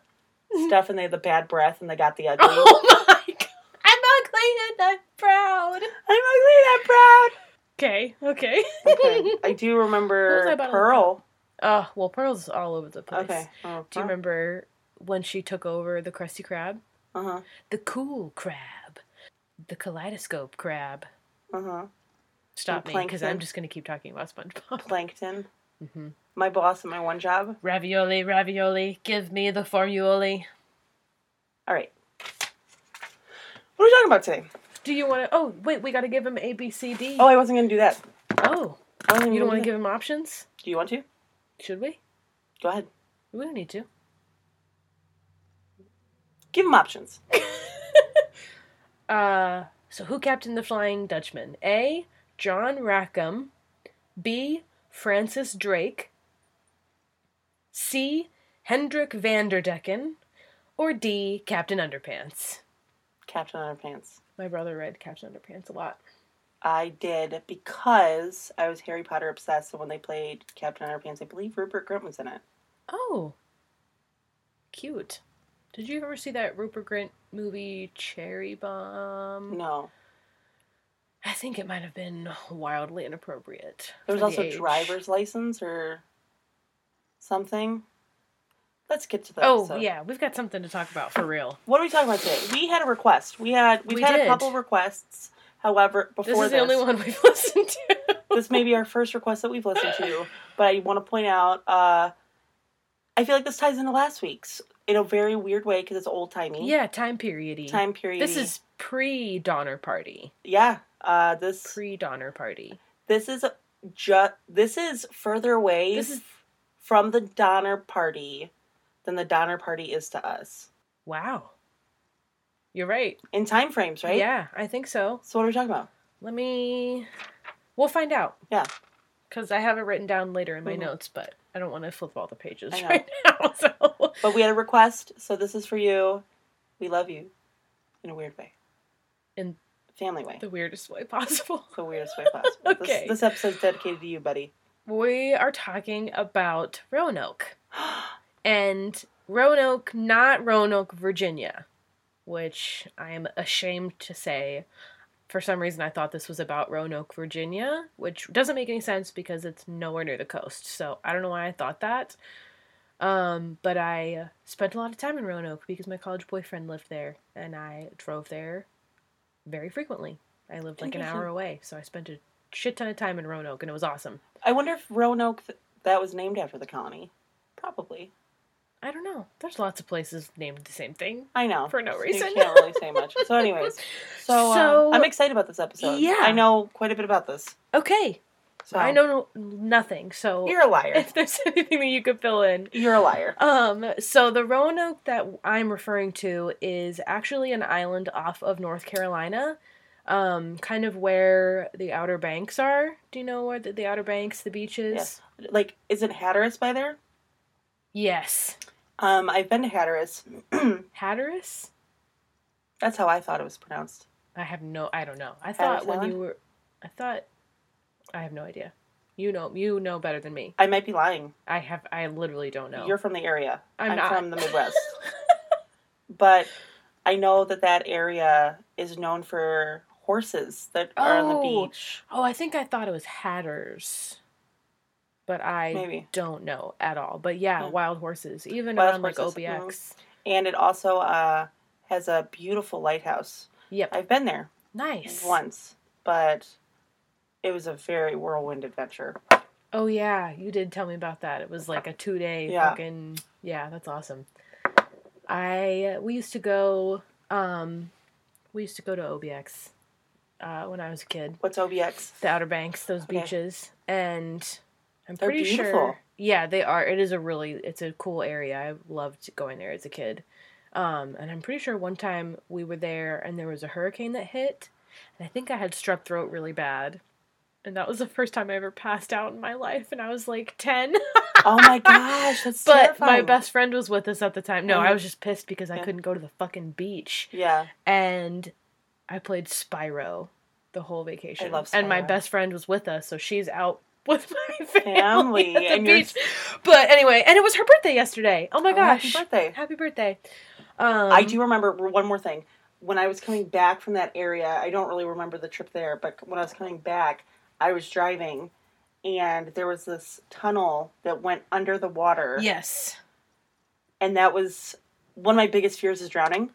Speaker 2: stuff and they had the bad breath and they got the ugly.
Speaker 1: oh my god. I'm ugly and I'm proud.
Speaker 2: I'm ugly
Speaker 1: Okay, okay.
Speaker 2: and I'm proud. Okay. I do
Speaker 1: What was I
Speaker 2: remember
Speaker 1: about to
Speaker 2: Pearl.
Speaker 1: Oh, well, Pearl's all over the place.
Speaker 2: Okay. Oh,
Speaker 1: Do you remember when she took over the Krusty Krab?
Speaker 2: Uh huh.
Speaker 1: The cool crab. The kaleidoscope crab.
Speaker 2: Uh huh.
Speaker 1: Stop
Speaker 2: The
Speaker 1: me, because I'm
Speaker 2: plankton.
Speaker 1: just going to keep talking about SpongeBob.
Speaker 2: Plankton.
Speaker 1: Mhm.
Speaker 2: My boss at my one job.
Speaker 1: Ravioli, ravioli, give me the formuoli.
Speaker 2: All right. What are we talking about today?
Speaker 1: Do you want to? Oh, wait, we got to give him A, B, C, D.
Speaker 2: Oh, I wasn't gonna do that.
Speaker 1: Oh,
Speaker 2: I wasn't
Speaker 1: you
Speaker 2: gonna
Speaker 1: don't want
Speaker 2: do
Speaker 1: to
Speaker 2: that.
Speaker 1: give him options?
Speaker 2: Do you want to?
Speaker 1: Should we?
Speaker 2: Go ahead.
Speaker 1: We don't need to.
Speaker 2: Give them options.
Speaker 1: Uh, so who captained the Flying Dutchman? A. John Rackham. B. Francis Drake. C. Hendrik Vanderdecken. Or D. Captain Underpants.
Speaker 2: Captain Underpants.
Speaker 1: My brother read Captain Underpants a lot.
Speaker 2: I did because I was Harry Potter obsessed. So when they played Captain Underpants, I believe Rupert Grint was in it.
Speaker 1: Oh, cute. Did you ever see that Rupert Grint movie, Cherry Bomb?
Speaker 2: No,
Speaker 1: I think it might have been wildly inappropriate.
Speaker 2: there was
Speaker 1: for the
Speaker 2: also
Speaker 1: age.
Speaker 2: driver's license or something. Let's get to the
Speaker 1: Oh
Speaker 2: episode.
Speaker 1: yeah, we've got something to talk about for real.
Speaker 2: What are we talking about today? We had a request. We had we've
Speaker 1: We
Speaker 2: had
Speaker 1: did.
Speaker 2: a couple requests. However, before
Speaker 1: This is the only one we've listened to.
Speaker 2: this may be our first request that we've listened to, but I want to point out uh, I feel like this ties into last week's in a very weird way because it's old timey.
Speaker 1: Yeah, time periody.
Speaker 2: Time period.
Speaker 1: This is pre Donner Party.
Speaker 2: yeah. Uh, this
Speaker 1: Pre Donner Party.
Speaker 2: this is just this is further away
Speaker 1: This is
Speaker 2: from the Donner Party than the Donner Party is to us
Speaker 1: wow. You're right.
Speaker 2: in time frames, right?
Speaker 1: Yeah, I think so.
Speaker 2: So what are we talking about?
Speaker 1: Let me. We'll find out.
Speaker 2: Yeah.
Speaker 1: Because I have it written down later in my
Speaker 2: Mhm.
Speaker 1: notes, but I don't want to flip all the pages
Speaker 2: I know.
Speaker 1: right now. So
Speaker 2: But we had a request, so this is for you. We love you, in a weird way,
Speaker 1: In-
Speaker 2: family way,
Speaker 1: the weirdest way possible.
Speaker 2: the weirdest way possible.
Speaker 1: Okay.
Speaker 2: This, this episode's dedicated to you, buddy.
Speaker 1: We are talking about Roanoke. and Roanoke, not Roanoke, Virginia, which I am ashamed to say. For some reason, I thought this was about Roanoke, Virginia, which doesn't make any sense because it's nowhere near the coast. So I don't know why I thought that. Um, but I spent a lot of time in Roanoke because my college boyfriend lived there, and I drove there very frequently. I lived like an
Speaker 2: Interesting.
Speaker 1: hour away, so I spent a shit ton of time in Roanoke, and it was awesome.
Speaker 2: I wonder if Roanoke th- that was named after the colony. Probably.
Speaker 1: I don't know. There's lots of places named the same thing.
Speaker 2: I know.
Speaker 1: For no
Speaker 2: So
Speaker 1: reason.
Speaker 2: You can't really say much. So, anyways, so, uh,
Speaker 1: So-
Speaker 2: I'm excited about this episode.
Speaker 1: Yeah.
Speaker 2: I know quite a bit about this.
Speaker 1: Okay.
Speaker 2: So
Speaker 1: I know no, nothing. So
Speaker 2: Oh. you're a liar.
Speaker 1: if there's anything that you could fill in.
Speaker 2: You're a liar.
Speaker 1: Um, so the Roanoke that I'm referring to is actually an island off of North Carolina, um, kind of where the Outer Banks are. Do you know where the, the Outer Banks, the beaches?
Speaker 2: Yes. Like, isn't Hatteras by there?
Speaker 1: Yes.
Speaker 2: Um, I've been to Hatteras.
Speaker 1: Hatteras?
Speaker 2: That's how I thought it was pronounced.
Speaker 1: I have no. I don't know. I thought when
Speaker 2: Island?
Speaker 1: you were. I thought. I have no idea. You know. You know better than me.
Speaker 2: I might be lying.
Speaker 1: I have. I literally don't know.
Speaker 2: You're from the area.
Speaker 1: I'm not.
Speaker 2: from the Midwest. but I know that that area is known for horses that are on the
Speaker 1: Oh.
Speaker 2: beach.
Speaker 1: Oh, I think I thought it was Hatters. But I
Speaker 2: Maybe.
Speaker 1: don't know at all. But yeah,
Speaker 2: Yeah.
Speaker 1: wild horses, even
Speaker 2: Wild
Speaker 1: around like
Speaker 2: horses,
Speaker 1: OBX.
Speaker 2: And it also uh, has a beautiful lighthouse.
Speaker 1: Yep.
Speaker 2: I've been there
Speaker 1: nice.
Speaker 2: once, but it was a very whirlwind adventure.
Speaker 1: Oh yeah, you did tell me about that. It was like a two day
Speaker 2: Yeah.
Speaker 1: fucking yeah. That's awesome. I we used to go. um We used to go to OBX uh, when I was a kid.
Speaker 2: What's OBX?
Speaker 1: the Outer Banks, those
Speaker 2: Okay.
Speaker 1: beaches, and I'm
Speaker 2: They're
Speaker 1: pretty
Speaker 2: beautiful.
Speaker 1: sure. Yeah, they are. It is a really, it's a cool area. I loved going there as a kid, um, and I'm pretty sure one time we were there and there was a hurricane that hit, and I think I had strep throat really bad, and that was the first time I ever passed out in my life, and I was like ten.
Speaker 2: Oh my gosh, that's
Speaker 1: but my
Speaker 2: terrifying.
Speaker 1: best friend was with us at the time. No, I
Speaker 2: Mhm.
Speaker 1: was just pissed because I
Speaker 2: Yeah.
Speaker 1: couldn't go to the fucking beach
Speaker 2: Yeah,
Speaker 1: and I played Spyro the whole vacation.
Speaker 2: I love
Speaker 1: And my
Speaker 2: Spyro.
Speaker 1: best friend was with us, so she's out with my family,
Speaker 2: family
Speaker 1: at the
Speaker 2: and you're.
Speaker 1: beach. But anyway, and it was her birthday yesterday. Oh my
Speaker 2: Oh,
Speaker 1: gosh!
Speaker 2: happy birthday!
Speaker 1: Happy birthday. Um,
Speaker 2: I do remember one more thing. When I was coming back from that area, I don't really remember the trip there, but when I was coming back, I was driving and there was this tunnel that went under the water.
Speaker 1: Yes.
Speaker 2: And that was one of my biggest fears is drowning.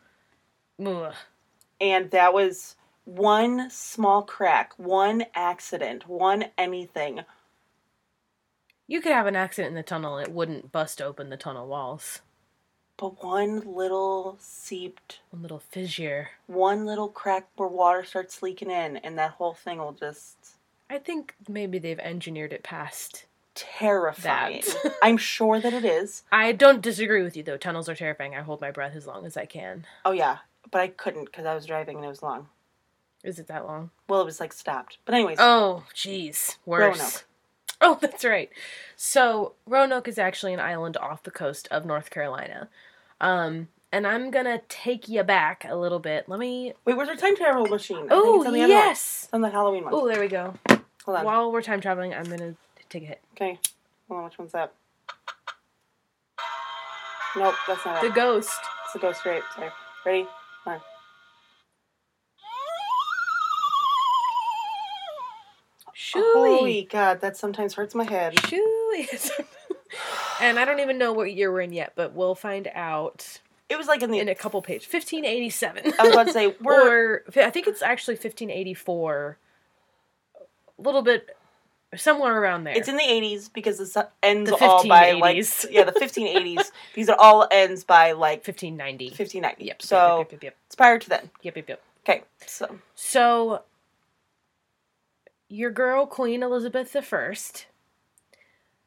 Speaker 1: Mwah.
Speaker 2: And that was one small crack, one accident, one anything.
Speaker 1: You could have an accident in the tunnel and it wouldn't bust open the tunnel walls.
Speaker 2: But one little seeped,
Speaker 1: A little fissure.
Speaker 2: one little crack where water starts leaking in, and that whole thing will just
Speaker 1: I think maybe they've engineered it past
Speaker 2: terrifying.
Speaker 1: That.
Speaker 2: I'm sure that it is.
Speaker 1: I don't disagree with you though. Tunnels are terrifying. I hold my breath as long as I can.
Speaker 2: Oh yeah, but I couldn't because I was driving and it was long.
Speaker 1: Is it that long?
Speaker 2: Well, it was like stopped. But anyways,
Speaker 1: Oh, jeez, worse.
Speaker 2: Roanoke.
Speaker 1: Oh, that's right. So Roanoke is actually an island off the coast of North Carolina, um, and I'm gonna take you back a little bit. Let me.
Speaker 2: wait, where's our time travel machine? I think
Speaker 1: Oh
Speaker 2: it's on the other one. It's
Speaker 1: yes.
Speaker 2: on the Halloween one.
Speaker 1: Oh, there we go.
Speaker 2: Hold on.
Speaker 1: While we're time traveling, I'm gonna take a hit.
Speaker 2: Okay, hold on. Which one's that? Nope, that's not
Speaker 1: The
Speaker 2: it.
Speaker 1: ghost.
Speaker 2: It's the ghost rape. Sorry. Ready? Come on.
Speaker 1: Shooey.
Speaker 2: Holy God, that sometimes hurts my head.
Speaker 1: Shooey. and I don't even know what year we're in yet, but we'll find out
Speaker 2: It was like in the.
Speaker 1: in a couple pages. 1587.
Speaker 2: I was about to say we're
Speaker 1: or I think it's actually 1584. A little bit, somewhere around there.
Speaker 2: It's in the 80s because this ends
Speaker 1: The
Speaker 2: all by like
Speaker 1: 1580s.
Speaker 2: yeah the 1580s. These are all ends by like
Speaker 1: 1590.
Speaker 2: 1590.
Speaker 1: Yep.
Speaker 2: So
Speaker 1: Yep. Yep. Yep.
Speaker 2: it's prior to then.
Speaker 1: Yep. Yep. yep.
Speaker 2: Okay, so
Speaker 1: So, your girl Queen Elizabeth the First.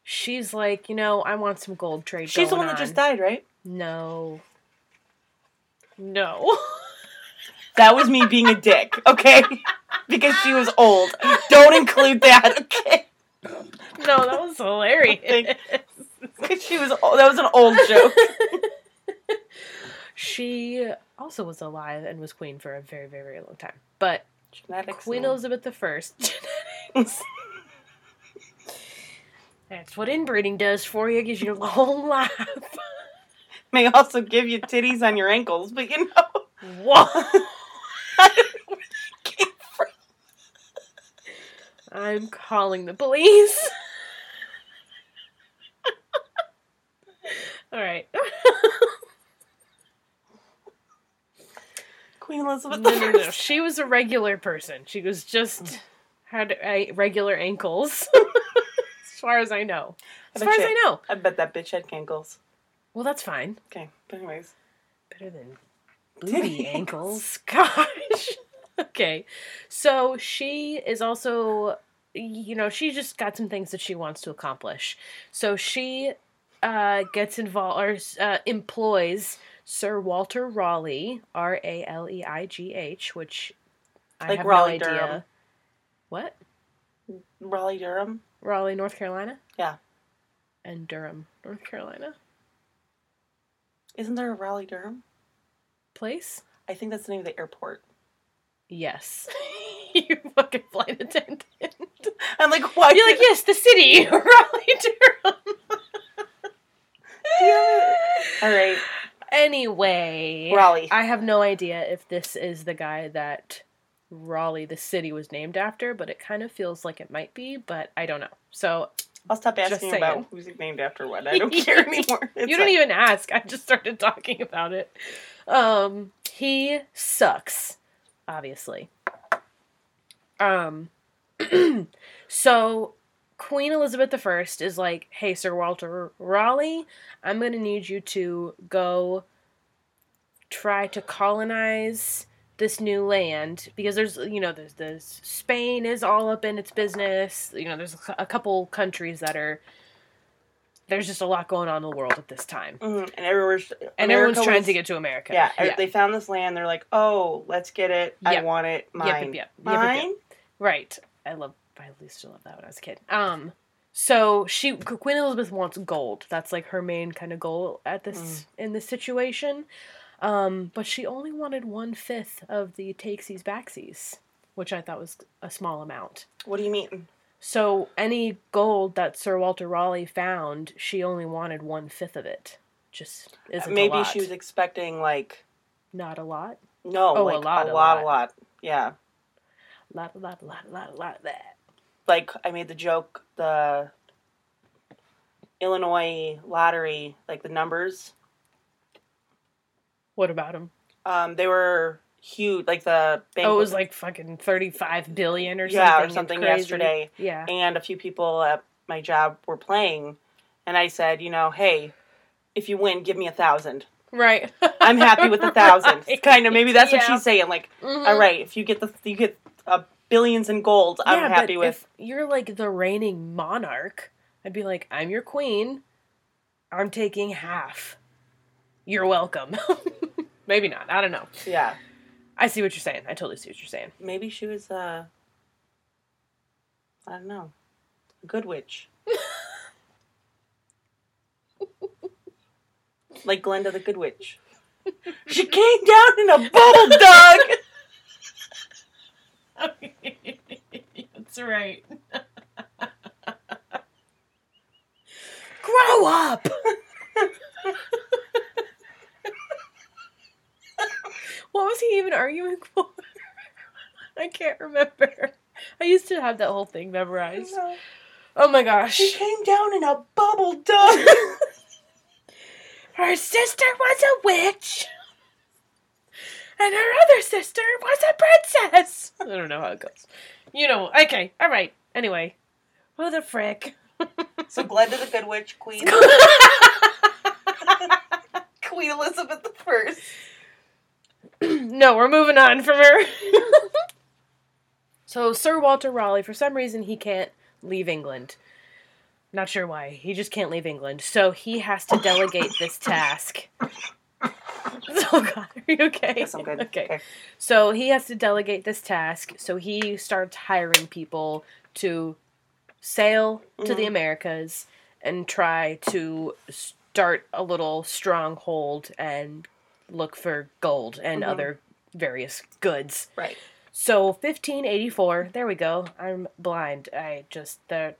Speaker 1: She's like, you know, I want some gold trade.
Speaker 2: she's the
Speaker 1: going
Speaker 2: one that
Speaker 1: on."
Speaker 2: just died, right?
Speaker 1: No. No.
Speaker 2: That was me being a dick, okay? Because she was old. Don't include that, okay?
Speaker 1: no, that was hilarious.
Speaker 2: Thank- Because she was old. That was an old joke.
Speaker 1: she also was alive and was queen for a very, very, very long time. But
Speaker 2: Genetics.
Speaker 1: Queen
Speaker 2: no.
Speaker 1: Elizabeth I. That's what inbreeding does for you, gives you a long life.
Speaker 2: may also give you titties on your ankles, but you know. Mm-hmm.
Speaker 1: Whoa! I'm calling the police. All right.
Speaker 2: Queen Elizabeth
Speaker 1: No,
Speaker 2: the
Speaker 1: no, no.
Speaker 2: First. Mm.
Speaker 1: She was a regular person. She was just had uh, regular ankles, as far as I know. As
Speaker 2: I
Speaker 1: far
Speaker 2: bet
Speaker 1: as
Speaker 2: you-
Speaker 1: I know.
Speaker 2: I bet that bitch had ankles.
Speaker 1: Well, that's fine.
Speaker 2: Okay, but anyways.
Speaker 1: Better than
Speaker 2: Titty
Speaker 1: booty ankles. Gosh. okay. So she is also you know, she just got some things that she wants to accomplish. So she uh, gets involved or uh, employs Sir Walter Raleigh, R A L E I G H, which I
Speaker 2: Like
Speaker 1: have
Speaker 2: Raleigh,
Speaker 1: no idea.
Speaker 2: Durham.
Speaker 1: What?
Speaker 2: Raleigh Durham.
Speaker 1: Raleigh, North Carolina?
Speaker 2: Yeah.
Speaker 1: And Durham, North Carolina.
Speaker 2: Isn't there a Raleigh Durham?
Speaker 1: Place?
Speaker 2: I think that's the name of the airport.
Speaker 1: Yes. you fucking flight attendant.
Speaker 2: I'm like, why?
Speaker 1: You're like, yes, the city, Raleigh, Durham.
Speaker 2: All right,
Speaker 1: Anyway,
Speaker 2: Raleigh.
Speaker 1: I have no idea if this is the guy that Raleigh, the city, was named after, but it kind of feels like it might be, but I don't know. So
Speaker 2: I'll stop
Speaker 1: Just
Speaker 2: asking
Speaker 1: saying.
Speaker 2: about who's named after what. I don't care anymore. It's
Speaker 1: you don't
Speaker 2: like-
Speaker 1: even ask. I just started talking about it. Um, he sucks, obviously. Um, so Queen Elizabeth I is like, "Hey, Sir Walter Raleigh, I'm gonna need you to go try to colonize." this new land because there's you know there's there's Spain is all up in its business you know there's a cou- a couple countries that are there's just a lot going on in the world at this time
Speaker 2: Mhm, and everyone's
Speaker 1: and
Speaker 2: America
Speaker 1: everyone's trying
Speaker 2: was-
Speaker 1: to get to America.
Speaker 2: Yeah, er,
Speaker 1: yeah.
Speaker 2: they found this land. They're like, oh, let's get it. I
Speaker 1: Yep.
Speaker 2: want it. Mine.
Speaker 1: Yep, yep, yep, yep, yep.
Speaker 2: Mine.
Speaker 1: right. I love. I used to love that when I was a kid. Um, so she Queen Elizabeth wants gold. That's like her main kind of goal at
Speaker 2: Mm.
Speaker 1: this in this situation. Um, but she only wanted one fifth of the takesies backsies, which I thought was a small amount.
Speaker 2: What do you mean?
Speaker 1: So any gold that Sir Walter Raleigh found, she only wanted one fifth of it. Just isn't a
Speaker 2: Maybe
Speaker 1: lot.
Speaker 2: she was expecting like
Speaker 1: not a lot.
Speaker 2: no,
Speaker 1: Oh, a
Speaker 2: like a
Speaker 1: lot,
Speaker 2: lot,
Speaker 1: a
Speaker 2: a lot,
Speaker 1: lot.
Speaker 2: Yeah,
Speaker 1: Lot, a lot, a lot, a lot, a lot. That.
Speaker 2: like I made the joke the Illinois lottery, like the numbers.
Speaker 1: What about him?
Speaker 2: Um, they were huge, like the bank
Speaker 1: Oh, it was like fucking thirty-five billion or
Speaker 2: yeah
Speaker 1: something.
Speaker 2: or something
Speaker 1: crazy.
Speaker 2: yesterday.
Speaker 1: Yeah,
Speaker 2: and a few people at my job were playing and i said you know hey if you win give me a thousand
Speaker 1: right.
Speaker 2: i'm happy with a thousand
Speaker 1: Right.
Speaker 2: kind of maybe that's what
Speaker 1: Yeah.
Speaker 2: she's saying like
Speaker 1: Mhm.
Speaker 2: all right if you get the you get uh, billions in gold i'm
Speaker 1: Yeah,
Speaker 2: happy
Speaker 1: but
Speaker 2: with
Speaker 1: If you're like the reigning monarch, I'd be like, I'm your queen. I'm taking half. You're welcome. Maybe not. I don't know.
Speaker 2: yeah
Speaker 1: I see what you're saying. I totally see what you're saying.
Speaker 2: maybe she was uh i don't know a good witch like glenda the good witch she came down in a bulldog
Speaker 1: That's right. Grow up! what was he even arguing for? I can't remember. I used to have that whole thing memorized. Oh my
Speaker 2: She
Speaker 1: gosh.
Speaker 2: came down in a bubble duck.
Speaker 1: Her sister was a witch! And her other sister was a princess! I don't know how it goes. You know, okay, alright. Anyway. Who the frick?
Speaker 2: so Glenda the Good Witch, Queen Queen Elizabeth the First.
Speaker 1: no, we're moving on from her. so Sir Walter Raleigh, for some reason, he can't leave England. Not sure why. He just can't leave England. So he has to delegate this task. Oh God, are you okay?
Speaker 2: Yes, I'm good.
Speaker 1: Okay. So he has to delegate this task. So he starts hiring people to sail to the
Speaker 2: Mhm.
Speaker 1: Americas and try to start a little stronghold and look for gold and
Speaker 2: Mhm.
Speaker 1: other various goods.
Speaker 2: Right.
Speaker 1: So 1584, there we go. I'm blind. I just that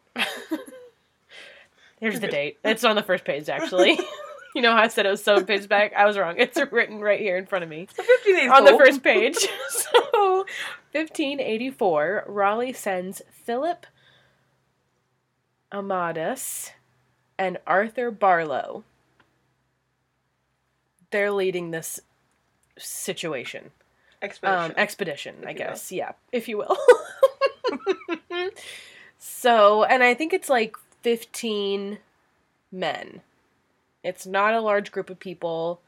Speaker 1: Here's the date. It's on the first page actually. you know how I said it was seven pages back? I was wrong. It's written right here in front of me
Speaker 2: So 50 days
Speaker 1: on the
Speaker 2: old.
Speaker 1: first um, page. so, 1584, Raleigh sends Philip Amadis and Arthur Barlow. They're leading this situation,
Speaker 2: expedition.
Speaker 1: um, expedition, I
Speaker 2: if you will.
Speaker 1: guess. Yeah, if you will. so, and I think it's like 15 men. It's not a large group of people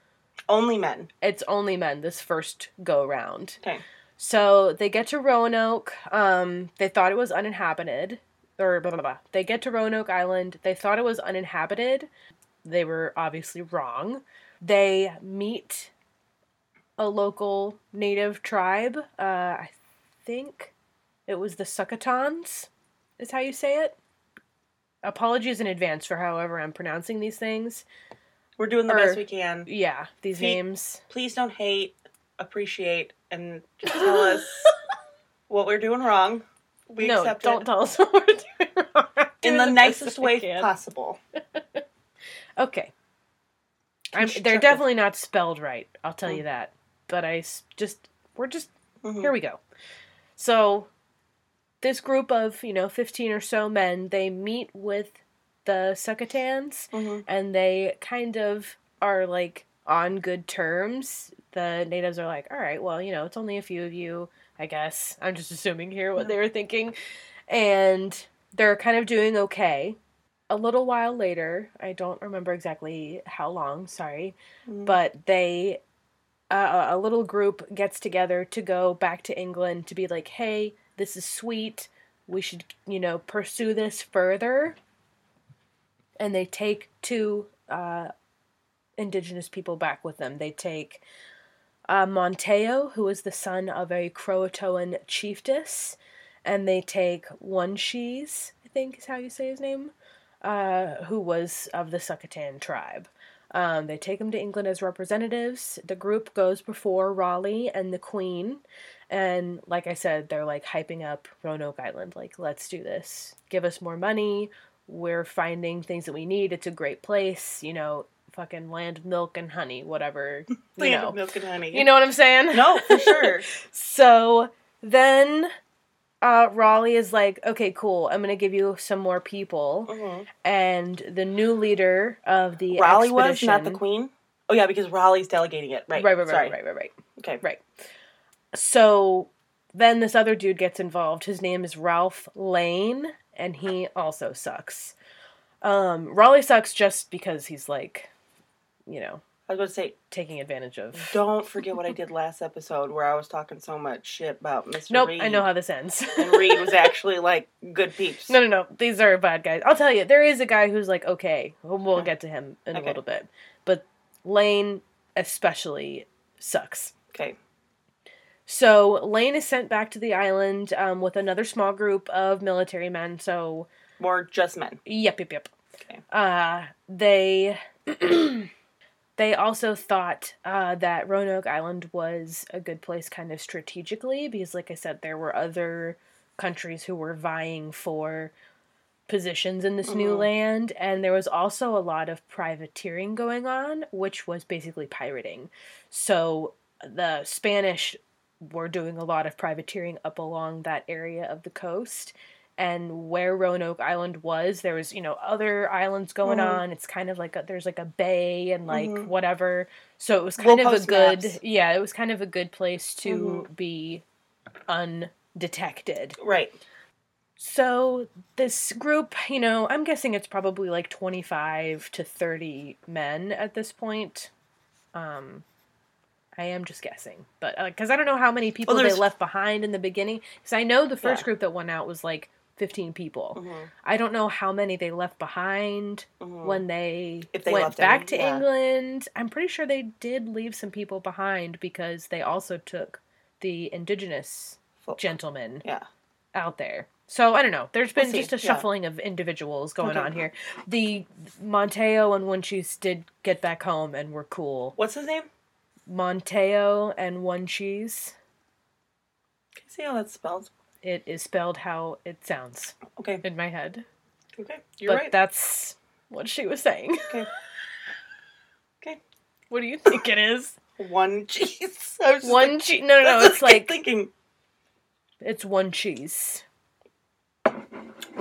Speaker 2: Only men.
Speaker 1: it's only men this first go round.
Speaker 2: Okay.
Speaker 1: So they get to Roanoke. Um, they thought it was uninhabited, or blah blah blah. They get to Roanoke Island. They thought it was uninhabited. They were obviously wrong. They meet a local native tribe. Uh, I think it was the Succotans, is how you say it. Apologies in advance for however I'm pronouncing these things.
Speaker 2: We're doing the
Speaker 1: Or-
Speaker 2: best we can.
Speaker 1: Yeah, these
Speaker 2: Fe-
Speaker 1: names.
Speaker 2: Please don't hate, appreciate, and just tell us what we're doing wrong. We
Speaker 1: no,
Speaker 2: accept
Speaker 1: don't
Speaker 2: it
Speaker 1: tell us what we're doing wrong. I'm
Speaker 2: in
Speaker 1: doing
Speaker 2: the,
Speaker 1: best
Speaker 2: nicest
Speaker 1: I
Speaker 2: way
Speaker 1: can.
Speaker 2: possible.
Speaker 1: Okay. I'm, they're
Speaker 2: Constructive.
Speaker 1: definitely not spelled right. I'll tell you that. But I s- just we're just
Speaker 2: Mhm.
Speaker 1: here we go. So this group of you know 15 or so men they meet with the Succotans
Speaker 2: Mhm.
Speaker 1: and they kind of are like on good terms. The natives are like, all right, well, you know, it's only a few of you, I guess. I'm just assuming here what they were thinking. And they're kind of doing okay. A little while later, I don't remember exactly how long, sorry,
Speaker 2: Mhm.
Speaker 1: but they, uh, a little group gets together to go back to England to be like, hey, this is sweet. We should, you know, pursue this further and they take two uh, indigenous people back with them. They take uh, Monteo, who is the son of a Croatoan chiefess, and they take Oneshis, I think is how you say his name, uh, who was of the Succotan tribe. Um, they take him to England as representatives. The group goes before Raleigh and the Queen. And like I said, they're like hyping up Roanoke Island. Like, let's do this. Give us more money we're finding things that we need. It's a great place, you know, fucking land of milk and honey, whatever, you
Speaker 2: Land of
Speaker 1: know.
Speaker 2: milk and honey.
Speaker 1: You know what I'm saying?
Speaker 2: no, for sure.
Speaker 1: So then uh, Raleigh is like, okay, cool. I'm going to give you some more people.
Speaker 2: Mhm.
Speaker 1: And the new leader of the
Speaker 2: Raleigh was not the
Speaker 1: expedition-
Speaker 2: queen. Oh yeah, because Raleigh's delegating it. Right.
Speaker 1: Right, right, right,
Speaker 2: Sorry.
Speaker 1: right, right, right, right.
Speaker 2: Okay.
Speaker 1: Right. So then this other dude gets involved. His name is Ralph Lane, and he also sucks. Um, Raleigh sucks just because he's like, you know,
Speaker 2: I was going to say,
Speaker 1: taking advantage of.
Speaker 2: don't forget what I did last episode where I was talking so much shit about Mr.
Speaker 1: nope,
Speaker 2: Reed.
Speaker 1: I know how this ends.
Speaker 2: and Reed was actually like good peeps.
Speaker 1: no, no, no. These are bad guys. I'll tell you, there is a guy who's like, okay, we'll- we'll
Speaker 2: Okay.
Speaker 1: get to him in a
Speaker 2: Okay.
Speaker 1: little bit. But Lane especially sucks.
Speaker 2: Okay.
Speaker 1: So Lane is sent back to the island um, with another small group of military men. So
Speaker 2: More just men.
Speaker 1: Yep, yep, yep.
Speaker 2: Okay.
Speaker 1: Uh, they they also thought uh, that Roanoke Island was a good place, kind of strategically, because, like I said, there were other countries who were vying for positions in this new
Speaker 2: Mhm.
Speaker 1: land, and there was also a lot of privateering going on, which was basically pirating. So the Spanish were doing a lot of privateering up along that area of the coast. And where Roanoke Island was, there was, you know, other islands going
Speaker 2: Mhm.
Speaker 1: on. It's kind of like a, there's like a bay and like
Speaker 2: Mhm.
Speaker 1: whatever. So it was
Speaker 2: We'll
Speaker 1: kind of a
Speaker 2: post
Speaker 1: good,
Speaker 2: maps. Mm-hmm.
Speaker 1: yeah, it was kind of a good place to be undetected.
Speaker 2: Right.
Speaker 1: So this group, you know, I'm guessing it's probably like 25 to 30 men at this point. Um I am just guessing, but because I don't know how many people they
Speaker 2: there's-
Speaker 1: left behind in the beginning. Because I know the first
Speaker 2: Yeah.
Speaker 1: group that went out was like 15 people.
Speaker 2: hmm
Speaker 1: I don't know how many they left behind when they,
Speaker 2: Mm. If they
Speaker 1: went
Speaker 2: left
Speaker 1: back
Speaker 2: any,
Speaker 1: to
Speaker 2: yeah.
Speaker 1: England. I'm pretty sure they did leave some people behind because they also took the indigenous gentlemen
Speaker 2: Yeah.
Speaker 1: out there. So I don't know. There's
Speaker 2: We'll
Speaker 1: been
Speaker 2: see,
Speaker 1: just a
Speaker 2: yeah.
Speaker 1: shuffling of individuals going
Speaker 2: Okay.
Speaker 1: on here. The Monteo and Wunchies did get back home and were cool.
Speaker 2: What's his name?
Speaker 1: Monteo and Wunchies.
Speaker 2: Can you see how that's spelled?
Speaker 1: It is spelled how it sounds
Speaker 2: Okay.
Speaker 1: in my head.
Speaker 2: Okay. You're
Speaker 1: but
Speaker 2: right.
Speaker 1: that's what she was saying.
Speaker 2: Okay. Okay.
Speaker 1: What do you think it is?
Speaker 2: One cheese. I was just like,
Speaker 1: One cheese? No, no,
Speaker 2: that's
Speaker 1: no. It's
Speaker 2: what I kept
Speaker 1: like
Speaker 2: thinking
Speaker 1: it's one cheese.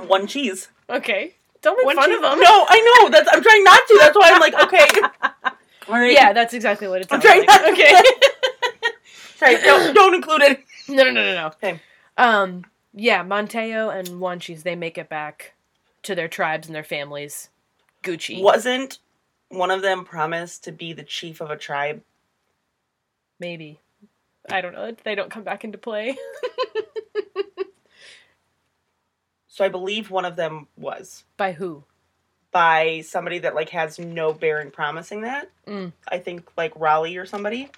Speaker 2: one cheese.
Speaker 1: Okay, don't make
Speaker 2: One
Speaker 1: fun
Speaker 2: cheese.
Speaker 1: of them.
Speaker 2: No, I know. That's I'm trying not to. That's why I'm like, okay. All right.
Speaker 1: Yeah, that's exactly what it
Speaker 2: I'm
Speaker 1: sounds like.
Speaker 2: trying not to.
Speaker 1: Okay.
Speaker 2: Sorry. Don't, don't include it.
Speaker 1: No, no, no, no, no.
Speaker 2: Okay.
Speaker 1: Um, yeah, Monteo and Wanchis, they make it back to their tribes and their families. Gucci.
Speaker 2: Wasn't one of them promised to be the chief of a tribe?
Speaker 1: Maybe. I don't know. They don't come back into play.
Speaker 2: So I believe one of them was
Speaker 1: By who?
Speaker 2: by somebody that like has no bearing promising that.
Speaker 1: Mm.
Speaker 2: I think like Raleigh or somebody.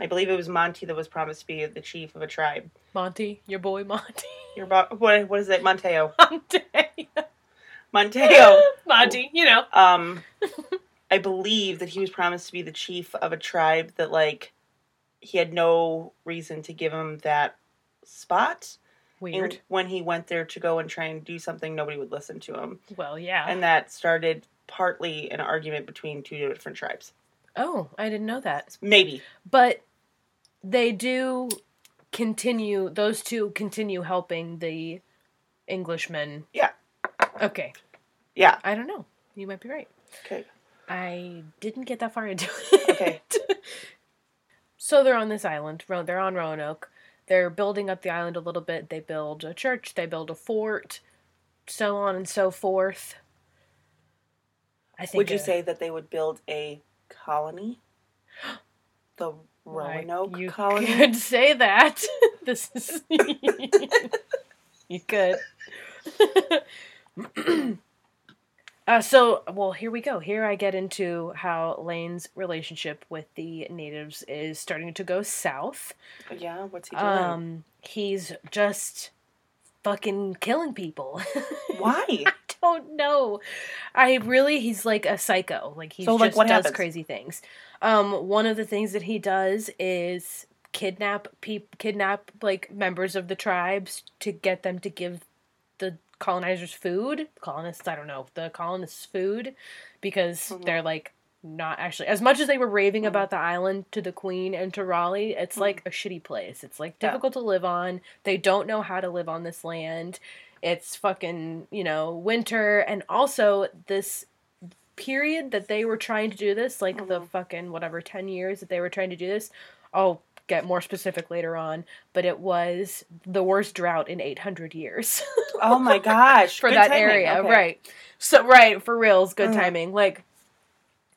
Speaker 2: I believe it was Monty that was promised to be the chief of a tribe.
Speaker 1: Monty, your boy Monty.
Speaker 2: Your bo- what what is it? Monteo.
Speaker 1: Monty.
Speaker 2: Monteo.
Speaker 1: Monty, you know.
Speaker 2: Um, I believe that he was promised to be the chief of a tribe that, like, he had no reason to give him that spot. And
Speaker 1: Weird.
Speaker 2: when he went there to go and try and do something, nobody would listen to him.
Speaker 1: Well, yeah.
Speaker 2: And that started partly an argument between two different tribes.
Speaker 1: oh, I didn't know that.
Speaker 2: Maybe.
Speaker 1: But they do continue, those two continue helping the Englishmen.
Speaker 2: Yeah.
Speaker 1: Okay.
Speaker 2: Yeah.
Speaker 1: I don't know. You might be right.
Speaker 2: Okay.
Speaker 1: I didn't get that far into it.
Speaker 2: Okay.
Speaker 1: so they're on this island. Ro- They're on Roanoke. They're building up the island a little bit. They build a church. They build a fort. So on and so forth. I think.
Speaker 2: Would you
Speaker 1: uh,
Speaker 2: say that they would build a colony? The
Speaker 1: why
Speaker 2: Roanoke
Speaker 1: you
Speaker 2: colony?
Speaker 1: could say that. this is. you could. uh, so, well, here we go. Here I get into how Lane's relationship with the natives is starting to go south.
Speaker 2: Yeah, what's he doing?
Speaker 1: Um, he's just fucking killing people.
Speaker 2: Why?
Speaker 1: don't know. I really he's like a psycho. Like he
Speaker 2: So,
Speaker 1: just
Speaker 2: like, what
Speaker 1: does
Speaker 2: happens?
Speaker 1: crazy things. Um one of the things that he does is kidnap peop kidnap like members of the tribes to get them to give the colonizers food, colonists, I don't know, the colonists food because
Speaker 2: Mhm.
Speaker 1: they're like not actually as much as they were raving
Speaker 2: Mhm.
Speaker 1: about the island to the queen and to Raleigh, it's
Speaker 2: Mhm.
Speaker 1: like a shitty place. It's like
Speaker 2: Yeah.
Speaker 1: difficult to live on. They don't know how to live on this land it's fucking you know winter and also this period that they were trying to do this like the
Speaker 2: Mhm.
Speaker 1: fucking whatever 10 years that they were trying to do this i'll get more specific later on but it was the worst drought in 800 years
Speaker 2: Oh my gosh.
Speaker 1: for
Speaker 2: Good
Speaker 1: that
Speaker 2: timing.
Speaker 1: area
Speaker 2: Okay.
Speaker 1: right so right for reals good
Speaker 2: Mhm.
Speaker 1: timing like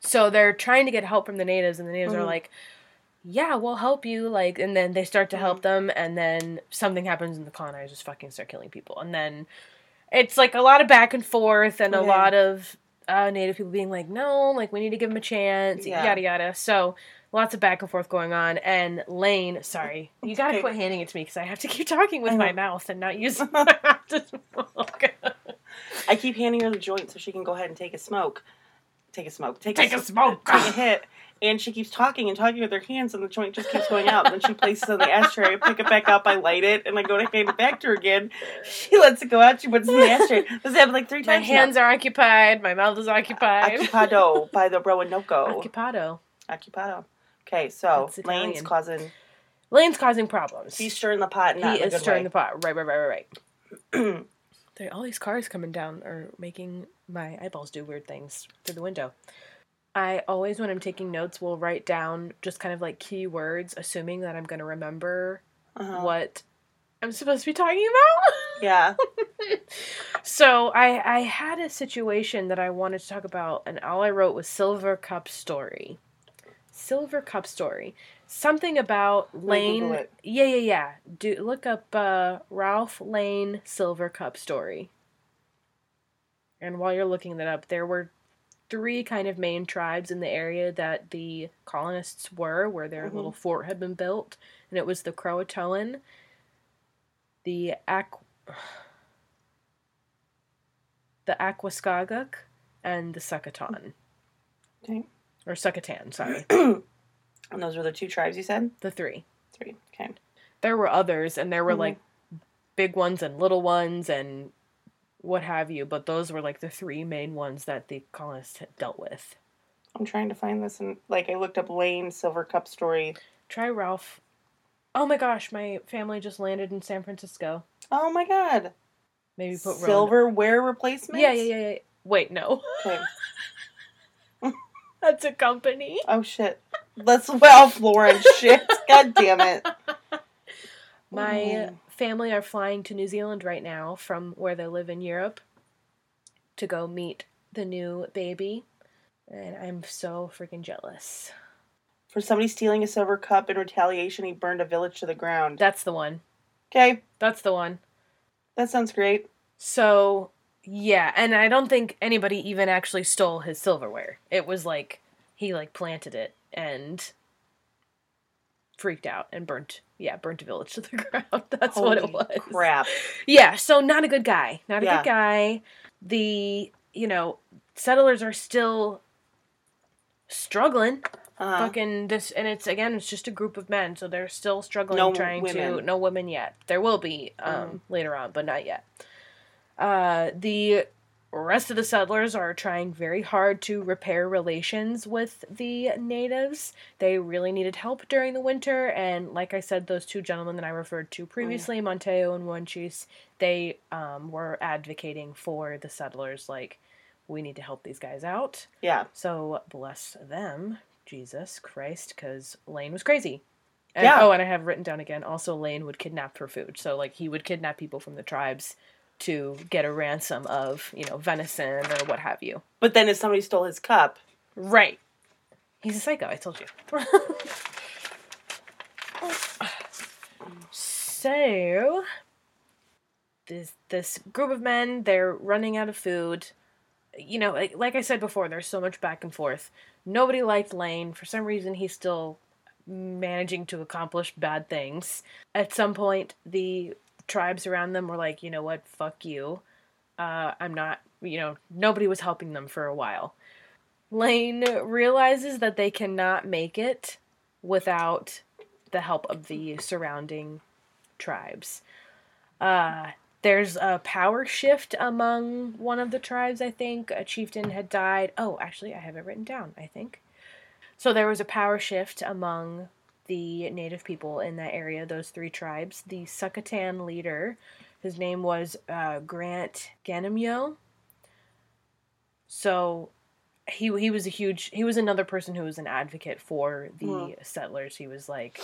Speaker 1: so they're trying to get help from the natives and the natives are
Speaker 2: Mhm.
Speaker 1: like yeah we'll help you like and then they start to help
Speaker 2: Mm-hmm.
Speaker 1: them and then something happens and the colonizers fucking start killing people and then it's like a lot of back and forth and a
Speaker 2: Okay.
Speaker 1: lot of uh, native people being like no like we need to give them a chance
Speaker 2: Yeah.
Speaker 1: yada yada so lots of back and forth going on and lane sorry you gotta
Speaker 2: okay.
Speaker 1: quit handing it to me because i have to keep talking with
Speaker 2: I
Speaker 1: my
Speaker 2: know.
Speaker 1: mouth and not using my mouth to smoke.
Speaker 2: I keep handing her the joint so she can go ahead and take a smoke. Take a smoke. Take,
Speaker 1: Take
Speaker 2: a,
Speaker 1: a
Speaker 2: s-
Speaker 1: smoke.
Speaker 2: take a hit. And she keeps talking and talking with her hands, and the joint just keeps going out. Then she places it on the ashtray. I pick it back up. I light it, and I go to hand it back to her again. She lets it go out. She puts it in the ashtray. This happened like three
Speaker 1: My
Speaker 2: times.
Speaker 1: hands are occupied. My mouth is
Speaker 2: now.
Speaker 1: occupied.
Speaker 2: Occupado by the Roanoco.
Speaker 1: Occupado.
Speaker 2: Occupado. Okay, so
Speaker 1: That's Italian.
Speaker 2: Lane's causing.
Speaker 1: Lane's causing problems.
Speaker 2: He's stirring the pot.
Speaker 1: he
Speaker 2: And not in
Speaker 1: is
Speaker 2: a good
Speaker 1: stirring the
Speaker 2: way.
Speaker 1: pot. Right, right, right, right, right. There, all these cars coming down are making my eyeballs do weird things through the window. I always, when I'm taking notes, will write down just kind of like key words, assuming that I'm going to remember
Speaker 2: Uh-huh.
Speaker 1: what I'm supposed to be talking
Speaker 2: Yeah.
Speaker 1: about. So I, I had a situation that I wanted to talk about, and all I wrote was Silver Cup Story. Silver Cup Story. Something about
Speaker 2: Google
Speaker 1: Lane.
Speaker 2: it.
Speaker 1: Yeah, yeah, yeah. Do look up uh, Ralph Lane Silver Cup Story. And while you're looking that up, there were three kind of main tribes in the area that the colonists were, where their
Speaker 2: Mhm.
Speaker 1: little fort had been built, and it was the Croatoan, the Aqu, the Aquascaguk, and the Succotan.
Speaker 2: Okay.
Speaker 1: Or Succotan, sorry.
Speaker 2: And those were the two tribes you said.
Speaker 1: the three.
Speaker 2: Three. Okay.
Speaker 1: there were others and there were
Speaker 2: Mhm.
Speaker 1: like big ones and little ones and what have you but those were like the three main ones that the colonists had dealt with
Speaker 2: I'm trying to find this, and like I looked up Lane Silver Cup story.
Speaker 1: try ralph oh my gosh my family just landed in san francisco
Speaker 2: Oh my god,
Speaker 1: maybe put Roan-
Speaker 2: silverware replacement.
Speaker 1: yeah, yeah yeah yeah wait no
Speaker 2: Okay.
Speaker 1: that's a company
Speaker 2: Oh shit. Let's well, Lauren. Shit. God damn it.
Speaker 1: my
Speaker 2: Mm.
Speaker 1: family are flying to new zealand right now from where they live in europe to go meet the new baby and i'm so freaking jealous
Speaker 2: For somebody stealing a silver cup in retaliation, he burned a village to the ground.
Speaker 1: That's the one.
Speaker 2: Okay,
Speaker 1: That's the one.
Speaker 2: that sounds great.
Speaker 1: So, yeah, and I don't think anybody even actually stole his silverware. It was like he like planted it and freaked out and burnt yeah, burnt a village to the ground. That's what it
Speaker 2: Holy
Speaker 1: was.
Speaker 2: Crap.
Speaker 1: Yeah, so not a good guy. Not a
Speaker 2: Yeah.
Speaker 1: good guy. The, you know, settlers are still struggling
Speaker 2: Uh,
Speaker 1: fucking this and it's again it's just a group of men so they're still struggling
Speaker 2: No
Speaker 1: trying to
Speaker 2: women. Uh-huh.
Speaker 1: no women yet there will be um later on but not yet uh the rest of the settlers are trying very hard to repair relations with the natives they really needed help during the winter and like i said those two gentlemen that i referred
Speaker 2: Oh,
Speaker 1: to previously monteo and Wanchis, they um, were advocating for the settlers like we need to help these guys out
Speaker 2: yeah.
Speaker 1: so bless them, Jesus Christ, because Lane was crazy. And,
Speaker 2: Yeah.
Speaker 1: Oh, and I have written down again. Also, Lane would kidnap for food. So like he would kidnap people from the tribes to get a ransom of you know venison or what have you.
Speaker 2: But then if somebody stole his cup,
Speaker 1: Right. He's a psycho. I told you. so this this group of men they're running out of food. You know, like, like I said before, there's so much back and forth. Nobody liked Lane. For some reason, he's still managing to accomplish bad things. At some point, the tribes around them were like, you know what, fuck you. Uh, I'm not, you know, nobody was helping them for a while. Lane realizes that they cannot make it without the help of the surrounding tribes. Uh, there's a power shift among one of the tribes, I think. A chieftain had died. Oh, actually, I have it written down, I think. So there was a power shift among the native people in that area, those three tribes. The Succotan leader, his name was uh, Grant Ganimyo. So he he was a huge he was another person who was an advocate for the
Speaker 2: Hmm.
Speaker 1: settlers. He was like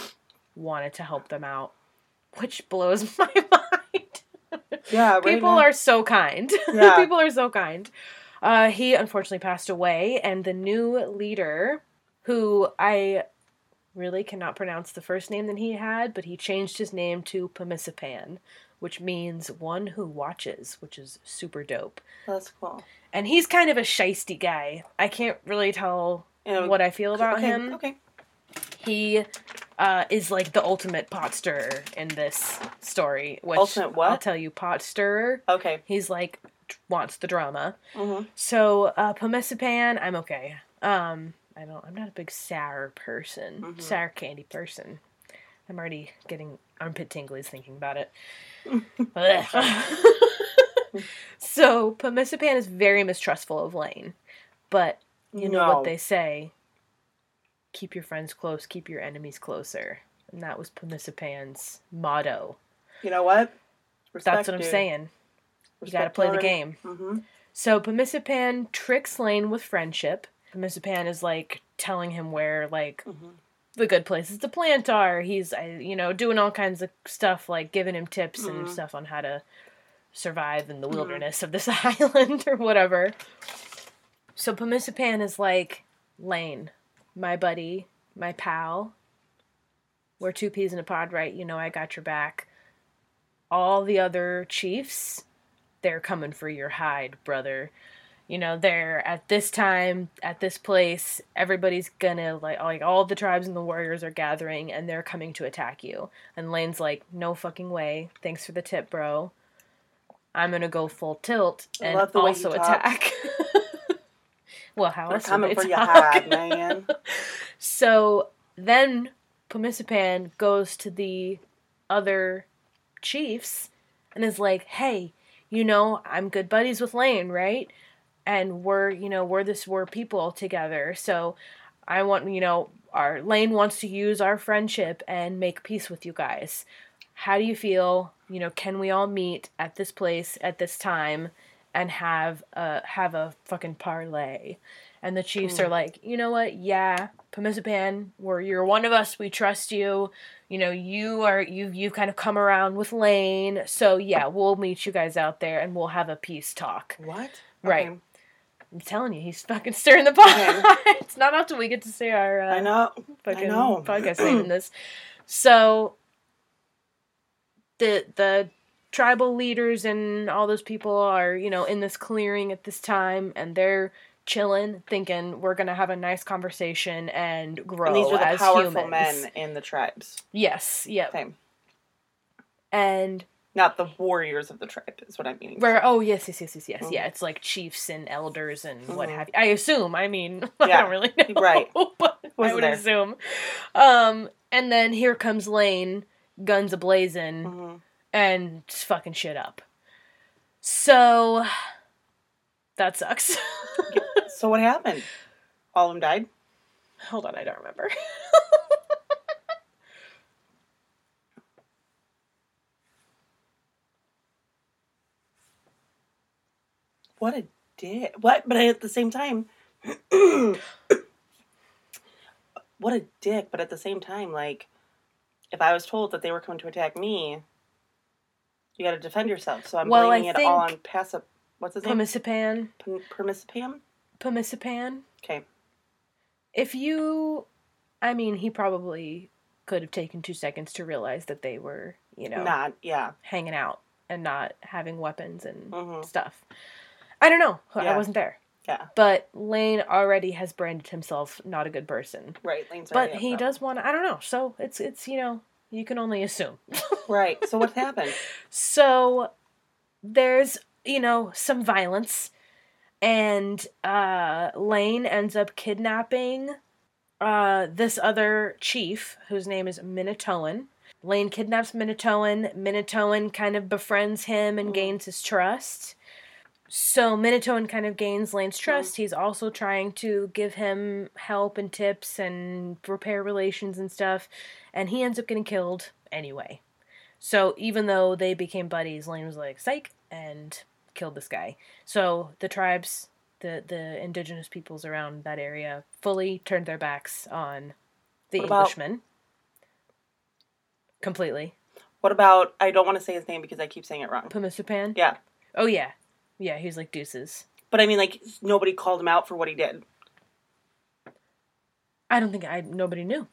Speaker 1: wanted to help them out, which blows my mind.
Speaker 2: yeah, right
Speaker 1: People
Speaker 2: now-
Speaker 1: are so kind.
Speaker 2: Yeah.
Speaker 1: People are so kind. Uh, he unfortunately passed away, and the new leader, who I really cannot pronounce the first name that he had, but he changed his name to Pemisipan, which means one who watches, which is super dope.
Speaker 2: That's cool.
Speaker 1: And he's kind of a shisty guy. I can't really tell
Speaker 2: You know,
Speaker 1: what I feel about
Speaker 2: okay,
Speaker 1: him
Speaker 2: Okay.
Speaker 1: he uh, is like the ultimate pot stirrer in this story. Which
Speaker 2: Ultimate what?
Speaker 1: I'll tell you, pot stirrer.
Speaker 2: Okay.
Speaker 1: He's like t- wants the drama.
Speaker 2: hmm
Speaker 1: So uh, Pomesipan, I'm okay. Um, I don't. I'm not a big sour person.
Speaker 2: Mhm.
Speaker 1: Sour candy person. I'm already getting armpit tinglies thinking about it. Ugh. so Pomesipan is very mistrustful of Lane, but you know
Speaker 2: no.
Speaker 1: what they say keep your friends close keep your enemies closer and that was Pemisipan's motto
Speaker 2: You know what?
Speaker 1: that's what i'm saying you gotta play the game
Speaker 2: Mm-hmm.
Speaker 1: so Pemisipan tricks lane with friendship Pemisipan is like telling him where like
Speaker 2: hmm
Speaker 1: the good places to plant are he's I- you know doing all kinds of stuff like giving him tips and
Speaker 2: Mhm.
Speaker 1: stuff on how to survive in the
Speaker 2: Mhm.
Speaker 1: wilderness of this island or whatever so Pemisipan is like lane my buddy my pal we're two peas in a pod right you know i got your back all the other chiefs they're coming for your hide brother you know they're at this time at this place everybody's gonna like like all the tribes and the warriors are gathering and they're coming to attack you and lane's like no fucking way thanks for the tip bro i'm gonna go full tilt
Speaker 2: I
Speaker 1: and
Speaker 2: love the way you
Speaker 1: also
Speaker 2: talk.
Speaker 1: attack well how
Speaker 2: They're
Speaker 1: else would
Speaker 2: coming
Speaker 1: they
Speaker 2: for your
Speaker 1: talk?
Speaker 2: hide, man.
Speaker 1: So then Pumisipan goes to the other chiefs and is like, "Hey, you know, I'm good buddies with Lane, right? And we're, you know, we're this we're people together. So I want, you know, our Lane wants to use our friendship and make peace with you guys. How do you feel? You know, can we all meet at this place at this time and have a have a fucking parlay?" And the chiefs
Speaker 2: Mm.
Speaker 1: are like, "You know what? Yeah, Pemisipan, we're you're one of us. We trust you. You know, you are you you've kind of come around with Lane. So yeah, we'll meet you guys out there and we'll have a peace talk."
Speaker 2: What?
Speaker 1: Right.
Speaker 2: Okay.
Speaker 1: I'm telling you, he's fucking stirring the pot. it's not often we get to see our uh,
Speaker 2: I know.
Speaker 1: fucking
Speaker 2: know.
Speaker 1: podcast name in this. So the the tribal leaders and all those people are, you know, in this clearing at this time and they're chilling, thinking we're gonna have a nice conversation and grow
Speaker 2: And these were the
Speaker 1: as
Speaker 2: powerful
Speaker 1: humans.
Speaker 2: men in the tribes.
Speaker 1: Yes, yep.
Speaker 2: Same.
Speaker 1: And
Speaker 2: Not the warriors of the tribe is what I'm meaning.
Speaker 1: where oh yes, yes, yes, yes, yes.
Speaker 2: Mhm.
Speaker 1: Yeah, it's like chiefs and elders and what
Speaker 2: Mhm.
Speaker 1: have you. I assume, I mean I
Speaker 2: Yeah,
Speaker 1: don't really know.
Speaker 2: right.
Speaker 1: but I
Speaker 2: Wasn't
Speaker 1: would
Speaker 2: there.
Speaker 1: assume. Um, and then here comes Lane, guns ablazing,
Speaker 2: Mhm.
Speaker 1: and just fucking shit up. So that sucks.
Speaker 2: So what happened? All of them died.
Speaker 1: Hold on, I don't remember.
Speaker 2: What a dick. What? But at the same time, what a dick. But at the same time, like, if I was told that they were coming to attack me, you got to defend yourself. So I'm
Speaker 1: Well, I
Speaker 2: blaming it all on
Speaker 1: think-
Speaker 2: passive. What's his name?
Speaker 1: Pumicipan.
Speaker 2: P- Permissipam?
Speaker 1: Pumicipan.
Speaker 2: Okay.
Speaker 1: If you I mean he probably could have taken two seconds to realize that they were, you know,
Speaker 2: Not, yeah.
Speaker 1: hanging out and not having weapons and
Speaker 2: Mhm.
Speaker 1: stuff. I don't know. I
Speaker 2: Yeah.
Speaker 1: wasn't there.
Speaker 2: Yeah.
Speaker 1: But Lane already has branded himself not a good person.
Speaker 2: Right. Lane's
Speaker 1: But
Speaker 2: already
Speaker 1: he
Speaker 2: up,
Speaker 1: does want to, I don't know. So it's, it's, you know, you can only assume.
Speaker 2: so. Right. So what happened?
Speaker 1: So there's, you know, some violence. And uh, Lane ends up kidnapping uh, this other chief whose name is Minatoan. Lane kidnaps Minatoan. Minatoan kind of befriends him and
Speaker 2: Mm.
Speaker 1: gains his trust. So Minatoan kind of gains Lane's
Speaker 2: Hmm.
Speaker 1: trust. He's also trying to give him help and tips and repair relations and stuff. And he ends up getting killed anyway. So even though they became buddies, Lane was like, psych, and killed this guy. So the tribes, the, the indigenous peoples around that area, fully turned their backs on the
Speaker 2: What about-
Speaker 1: Englishmen. Completely.
Speaker 2: What about? I don't want to say his name because I keep saying it wrong.
Speaker 1: Pumasupan?
Speaker 2: Yeah.
Speaker 1: Oh, yeah. Yeah, he was like deuces.
Speaker 2: But I mean, like, nobody called him out for what he did.
Speaker 1: I don't think I. Nobody knew.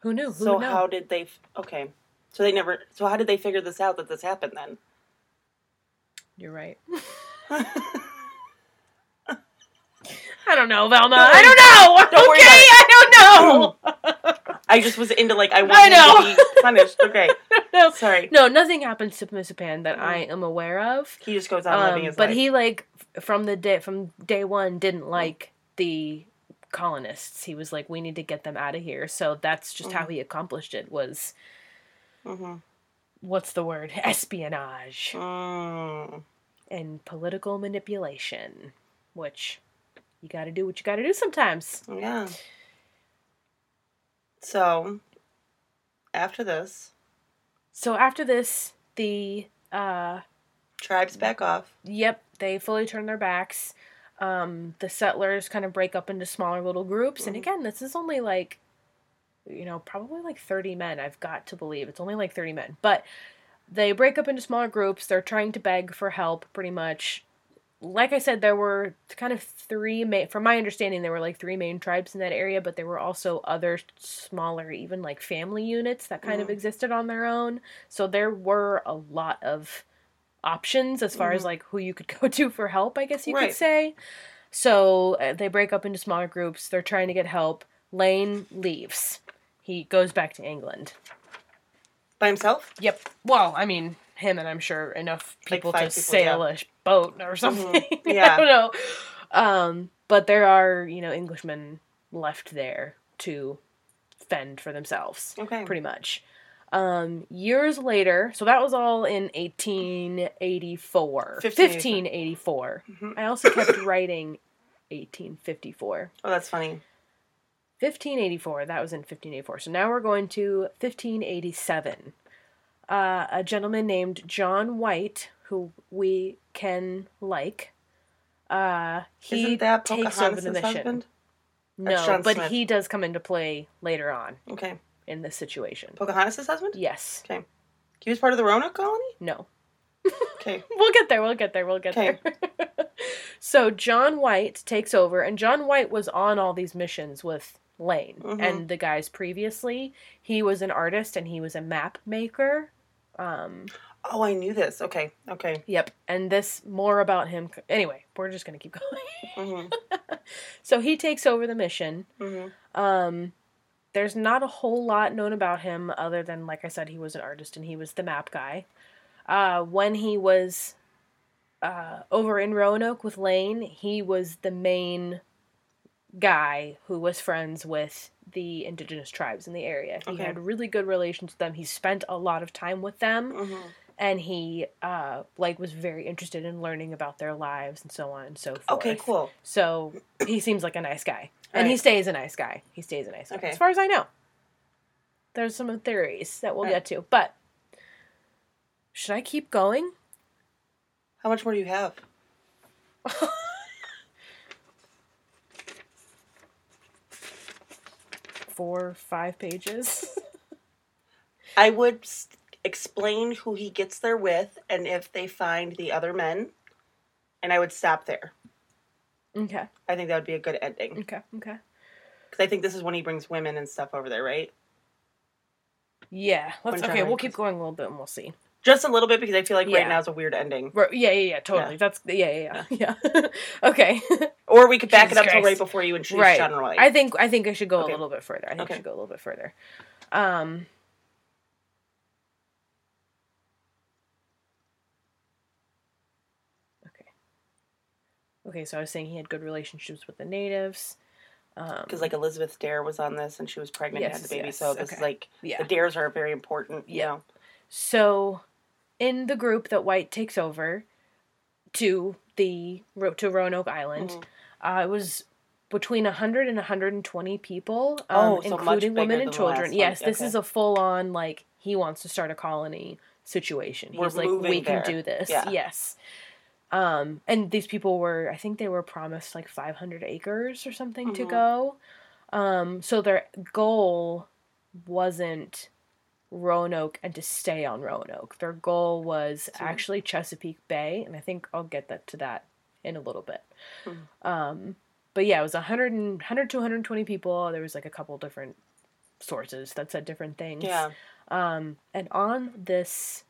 Speaker 1: Who knew? Who
Speaker 2: So
Speaker 1: would know?
Speaker 2: how did they? f- Okay, so they never. So how did they figure this out that this happened then?
Speaker 1: You're right. I don't know, Velma. I
Speaker 2: worry.
Speaker 1: don't know.
Speaker 2: Don't worry
Speaker 1: okay, I don't know.
Speaker 2: I just was into like I wanted
Speaker 1: know.
Speaker 2: him to be punished. Okay,
Speaker 1: No.
Speaker 2: sorry.
Speaker 1: No, nothing happens to Pumasupan that I am aware of.
Speaker 2: He just goes on living
Speaker 1: Um,
Speaker 2: Mm. his
Speaker 1: but
Speaker 2: life.
Speaker 1: he like f- from the day from day one didn't like the colonists. He was like, we need to get them out of here. So that's just
Speaker 2: Mm-hmm.
Speaker 1: how he accomplished it. Was
Speaker 2: hmm
Speaker 1: what's the word? Espionage
Speaker 2: Mm.
Speaker 1: and political manipulation, which you got to do what you got to do sometimes.
Speaker 2: Yeah. So after this,
Speaker 1: So after this, the uh,
Speaker 2: tribes back off.
Speaker 1: Yep, they fully turn their backs. Um, the settlers kind of break up into smaller little groups, and
Speaker 2: Mhm.
Speaker 1: again, this is only like, you know, probably like thirty men. I've got to believe it's only like thirty men, but they break up into smaller groups. They're trying to beg for help, pretty much. Like I said, there were kind of three main, from my understanding, there were like three main tribes in that area, but there were also other smaller, even like family units that kind of
Speaker 2: Mhm.
Speaker 1: existed on their own. So there were a lot of options as far as
Speaker 2: Mhm.
Speaker 1: like who you could go to for help, I guess you
Speaker 2: Right.
Speaker 1: could say. So uh, they break up into smaller groups. They're trying to get help. Lane leaves. He goes back to England.
Speaker 2: By himself?
Speaker 1: Yep. Well, I mean, him and I'm sure enough
Speaker 2: Like
Speaker 1: people Mm-hmm.
Speaker 2: five
Speaker 1: to
Speaker 2: people,
Speaker 1: sail a sh- boat or something.
Speaker 2: Yeah.
Speaker 1: I don't know. Um, but there are, you know, Englishmen left there to fend for themselves
Speaker 2: Okay.
Speaker 1: pretty much. Um, years later, so that was all in 1884.
Speaker 2: 1584.
Speaker 1: 1584.
Speaker 2: Mhm.
Speaker 1: I also kept writing 1854.
Speaker 2: Oh, that's funny.
Speaker 1: 1584, that was in 1584. So now we're going to 1587. Uh, a gentleman named John White, who we can like, uh, he
Speaker 2: Isn't that
Speaker 1: takes
Speaker 2: Pocahontas'
Speaker 1: over the mission.
Speaker 2: husband? That's
Speaker 1: No,
Speaker 2: John
Speaker 1: but
Speaker 2: Smith.
Speaker 1: he does come into play later on
Speaker 2: Okay,
Speaker 1: in this situation.
Speaker 2: Pocahontas' husband.
Speaker 1: Yes.
Speaker 2: He was part of the Roanoke colony.
Speaker 1: No.
Speaker 2: Okay.
Speaker 1: We'll get there. We'll get there. We'll get
Speaker 2: Okay.
Speaker 1: there. So John White takes over, and John White was on all these missions with Lane
Speaker 2: Mhm.
Speaker 1: and the guys previously. He was an artist and he was a map maker. Um,
Speaker 2: Oh, I knew this. Okay, okay.
Speaker 1: yep. And this more about him. c- Anyway, we're just gonna keep going.
Speaker 2: hmm
Speaker 1: Mm-hmm, so he takes over the mission.
Speaker 2: hmm
Speaker 1: Um, there's not a whole lot known about him other than, like I said, he was an artist and he was the map guy. Uh, when he was uh, over in Roanoke with Lane, he was the main guy who was friends with the indigenous tribes in the area. He
Speaker 2: Okay.
Speaker 1: had really good relations with them. He spent a lot of time with them
Speaker 2: hmm
Speaker 1: and he uh, like was very interested in learning about their lives and so on and so forth.
Speaker 2: Okay, cool.
Speaker 1: So he seems like a nice guy. And
Speaker 2: Right.
Speaker 1: he stays a nice guy. He stays a nice guy.
Speaker 2: Okay.
Speaker 1: As far as I know. There's some theories that we'll
Speaker 2: Right.
Speaker 1: get to. But should I keep going?
Speaker 2: How much more do you have?
Speaker 1: Four, five pages?
Speaker 2: I would s- explain who he gets there with and if they find the other men, and I would stop there.
Speaker 1: okay.
Speaker 2: I think that would be a good ending.
Speaker 1: Okay. Okay.
Speaker 2: Because I think this is when he brings women and stuff over there, right?
Speaker 1: Yeah. Let's
Speaker 2: One
Speaker 1: okay, we'll
Speaker 2: giant
Speaker 1: keep
Speaker 2: piece.
Speaker 1: going a little bit and we'll see.
Speaker 2: Just a little bit because I feel like
Speaker 1: Yeah.
Speaker 2: right now is a weird ending.
Speaker 1: Ro- Yeah, yeah, yeah, totally.
Speaker 2: Yeah.
Speaker 1: That's yeah, yeah, yeah. yeah. okay.
Speaker 2: Or we could back
Speaker 1: Jesus
Speaker 2: it up till
Speaker 1: Christ.
Speaker 2: right before you introduce
Speaker 1: Right.
Speaker 2: John Roy.
Speaker 1: I think I think I should go
Speaker 2: Okay.
Speaker 1: a little bit further. I think
Speaker 2: Okay.
Speaker 1: I should go a little bit further. Um Okay. Okay, so I was saying he had good relationships with the natives. Um
Speaker 2: Because like Elizabeth Dare was on this and she was pregnant and
Speaker 1: Yes,
Speaker 2: had the baby,
Speaker 1: yes,
Speaker 2: so this is
Speaker 1: okay.
Speaker 2: like
Speaker 1: yeah.
Speaker 2: the Dares are very important. You
Speaker 1: Yeah.
Speaker 2: know.
Speaker 1: So in the group that White takes over to the Ro- to Roanoke Island,
Speaker 2: Mhm.
Speaker 1: Uh, it was between 100 and 120 people, um,
Speaker 2: Oh, so much
Speaker 1: including
Speaker 2: bigger
Speaker 1: women
Speaker 2: than
Speaker 1: and
Speaker 2: the
Speaker 1: children.
Speaker 2: last one.
Speaker 1: yes, this
Speaker 2: Okay.
Speaker 1: is a full on, like, he wants to start a colony situation.
Speaker 2: We're
Speaker 1: He's like,
Speaker 2: moving
Speaker 1: we
Speaker 2: there."
Speaker 1: can do this.
Speaker 2: Yeah.
Speaker 1: Yes. Um, and these people were, I think they were promised like 500 acres or something to
Speaker 2: Mhm.
Speaker 1: go. Um, so their goal wasn't Roanoke and to stay on Roanoke. Their goal was
Speaker 2: So-
Speaker 1: actually Chesapeake Bay, and I think I'll get that to that in a little bit. Um, but yeah, it was 100, and, 100 to 120 people. There was like a couple different sources that said different things.
Speaker 2: Yeah.
Speaker 1: Um, and on this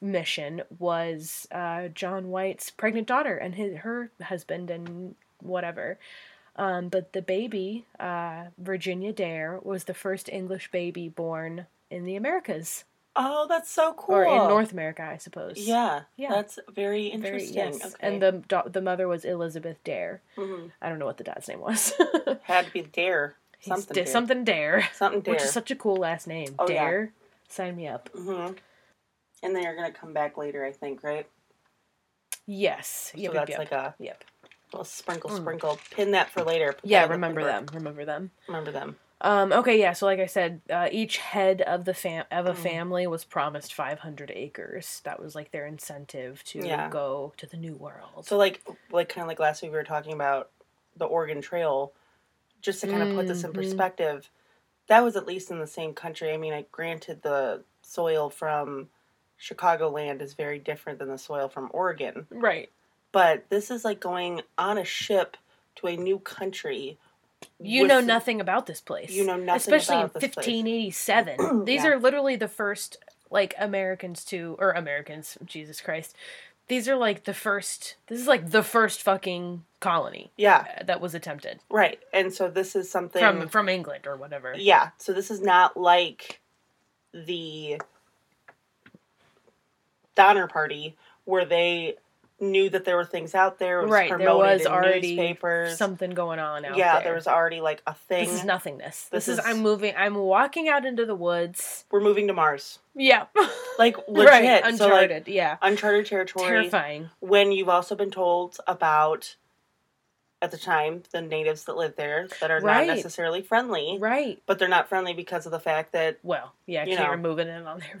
Speaker 1: mission was uh, John White's pregnant daughter and his, her husband and whatever. Um, but the baby, uh, Virginia Dare, was the first English baby born in the Americas
Speaker 2: Oh, that's so cool.
Speaker 1: or in North America, I suppose.
Speaker 2: Yeah.
Speaker 1: Yeah.
Speaker 2: That's very
Speaker 1: Very-
Speaker 2: interesting.
Speaker 1: yes.
Speaker 2: Okay.
Speaker 1: And the da- the mother was Elizabeth Dare.
Speaker 2: Mhm.
Speaker 1: I don't know what the dad's name was.
Speaker 2: had to be Dare.
Speaker 1: He's
Speaker 2: Something.
Speaker 1: da-
Speaker 2: Dare.
Speaker 1: something dare,
Speaker 2: Something Dare.
Speaker 1: which is such a cool last name.
Speaker 2: Oh, yeah.
Speaker 1: dare, sign me up.
Speaker 2: hmm And then you're gonna come back later, I think, right?
Speaker 1: Yes. Yep. yep.
Speaker 2: so that's
Speaker 1: Yep.
Speaker 2: like a
Speaker 1: yep.
Speaker 2: little sprinkle,
Speaker 1: Mm.
Speaker 2: sprinkle. Pin that for later. Put
Speaker 1: Yeah.
Speaker 2: that in the
Speaker 1: Remember
Speaker 2: paper.
Speaker 1: them. Remember them.
Speaker 2: Remember them.
Speaker 1: Um, okay. Yeah. So, like I said, uh, each head of the fam of a
Speaker 2: Mm.
Speaker 1: family was promised 500 acres. That was like their incentive to
Speaker 2: Yeah.
Speaker 1: go to the new world.
Speaker 2: So like, like kind of like last week we were talking about the Oregon Trail. Just to kind of put this in
Speaker 1: Mhm.
Speaker 2: perspective, that was at least in the same country. I mean, I granted the soil from Chicagoland is very different than the soil from Oregon.
Speaker 1: right.
Speaker 2: but this is like going on a ship to a new country.
Speaker 1: You
Speaker 2: with-
Speaker 1: know nothing about this place.
Speaker 2: You know nothing
Speaker 1: Especially
Speaker 2: about
Speaker 1: in
Speaker 2: this place.
Speaker 1: 1587. These
Speaker 2: Yeah.
Speaker 1: are literally the first like Americans to or Americans, Jesus Christ. These are like the first this is like the first fucking colony
Speaker 2: Yeah,
Speaker 1: uh, that was attempted
Speaker 2: right. And so this is something.
Speaker 1: from from England or whatever.
Speaker 2: yeah, so this is not like the Donner Party where they knew that there were things out there. It was
Speaker 1: Right, there
Speaker 2: promoted
Speaker 1: was
Speaker 2: in
Speaker 1: already
Speaker 2: newspapers.
Speaker 1: Something going on out
Speaker 2: yeah,
Speaker 1: there.
Speaker 2: there. was already like a thing.
Speaker 1: This is nothingness. This, is,
Speaker 2: This is-
Speaker 1: I'm moving I'm walking out into the woods.
Speaker 2: we're moving to Mars,
Speaker 1: Yeah.
Speaker 2: like legit.
Speaker 1: right.
Speaker 2: So like
Speaker 1: Uncharted. yeah.
Speaker 2: uncharted territory.
Speaker 1: Terrifying.
Speaker 2: when you've also been told about at the time the natives that live there that are
Speaker 1: Right.
Speaker 2: not necessarily friendly
Speaker 1: Right.
Speaker 2: but they're not friendly because of the fact that
Speaker 1: Well, yeah,
Speaker 2: You
Speaker 1: you are
Speaker 2: know.
Speaker 1: moving in on their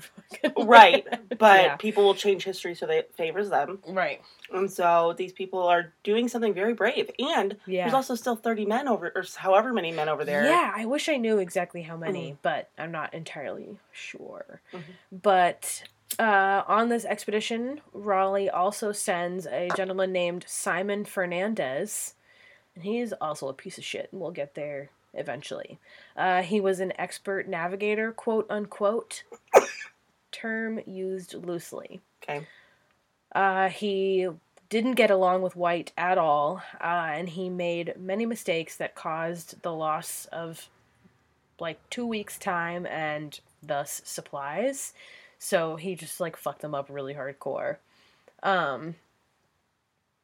Speaker 1: fucking
Speaker 2: right but
Speaker 1: Yeah.
Speaker 2: people will change history so that it favors them
Speaker 1: Right.
Speaker 2: and so these people are doing something very brave and
Speaker 1: Yeah.
Speaker 2: there's also still 30 men over or however many men over there Mm-hmm.
Speaker 1: Yeah, I wish I knew exactly how many, but I'm not entirely sure.
Speaker 2: Mhm.
Speaker 1: But Uh, on this expedition, Raleigh also sends a gentleman named Simon Fernandez, and he is also a piece of shit. and We'll get there eventually. Uh, he was an expert navigator, quote unquote, term used loosely.
Speaker 2: Okay.
Speaker 1: Uh, he didn't get along with White at all, uh, and he made many mistakes that caused the loss of like two weeks' time and thus supplies. So he just like fucked them up really hardcore. Um,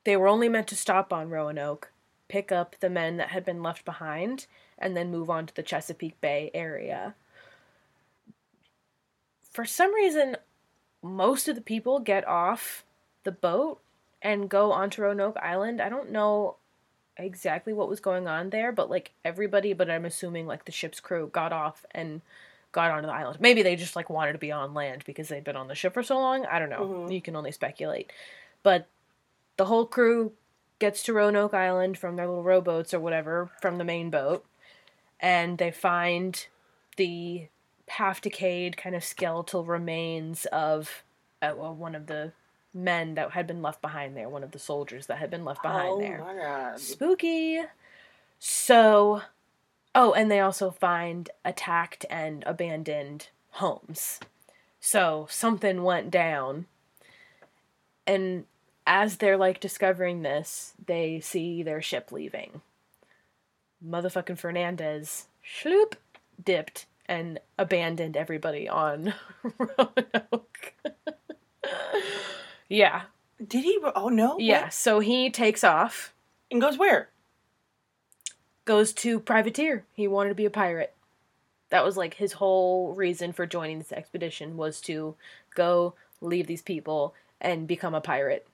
Speaker 1: they were only meant to stop on Roanoke, pick up the men that had been left behind, and then move on to the Chesapeake Bay area. For some reason, most of the people get off the boat and go onto Roanoke Island. I don't know exactly what was going on there, but like everybody, but I'm assuming like the ship's crew got off and got onto the island. Maybe they just like wanted to be on land because they'd been on the ship for so long. I don't know.
Speaker 2: Mhm.
Speaker 1: You can only speculate. But the whole crew gets to Roanoke Island from their little rowboats or whatever from the main boat and they find the half decayed kind of skeletal remains of uh, well, one of the men that had been left behind there, one of the soldiers that had been left behind
Speaker 2: oh
Speaker 1: there.
Speaker 2: my god.
Speaker 1: Spooky. So, oh, and they also find attacked and abandoned homes. So something went down. And as they're like discovering this, they see their ship leaving. Motherfucking Fernandez, shloop, dipped and abandoned everybody on Roanoke. yeah.
Speaker 2: Did he? Oh no. what?
Speaker 1: Yeah. So he takes off.
Speaker 2: And goes where?
Speaker 1: goes to privateer. He wanted to be a pirate. That was like his whole reason for joining this expedition was to go leave these people and become a pirate.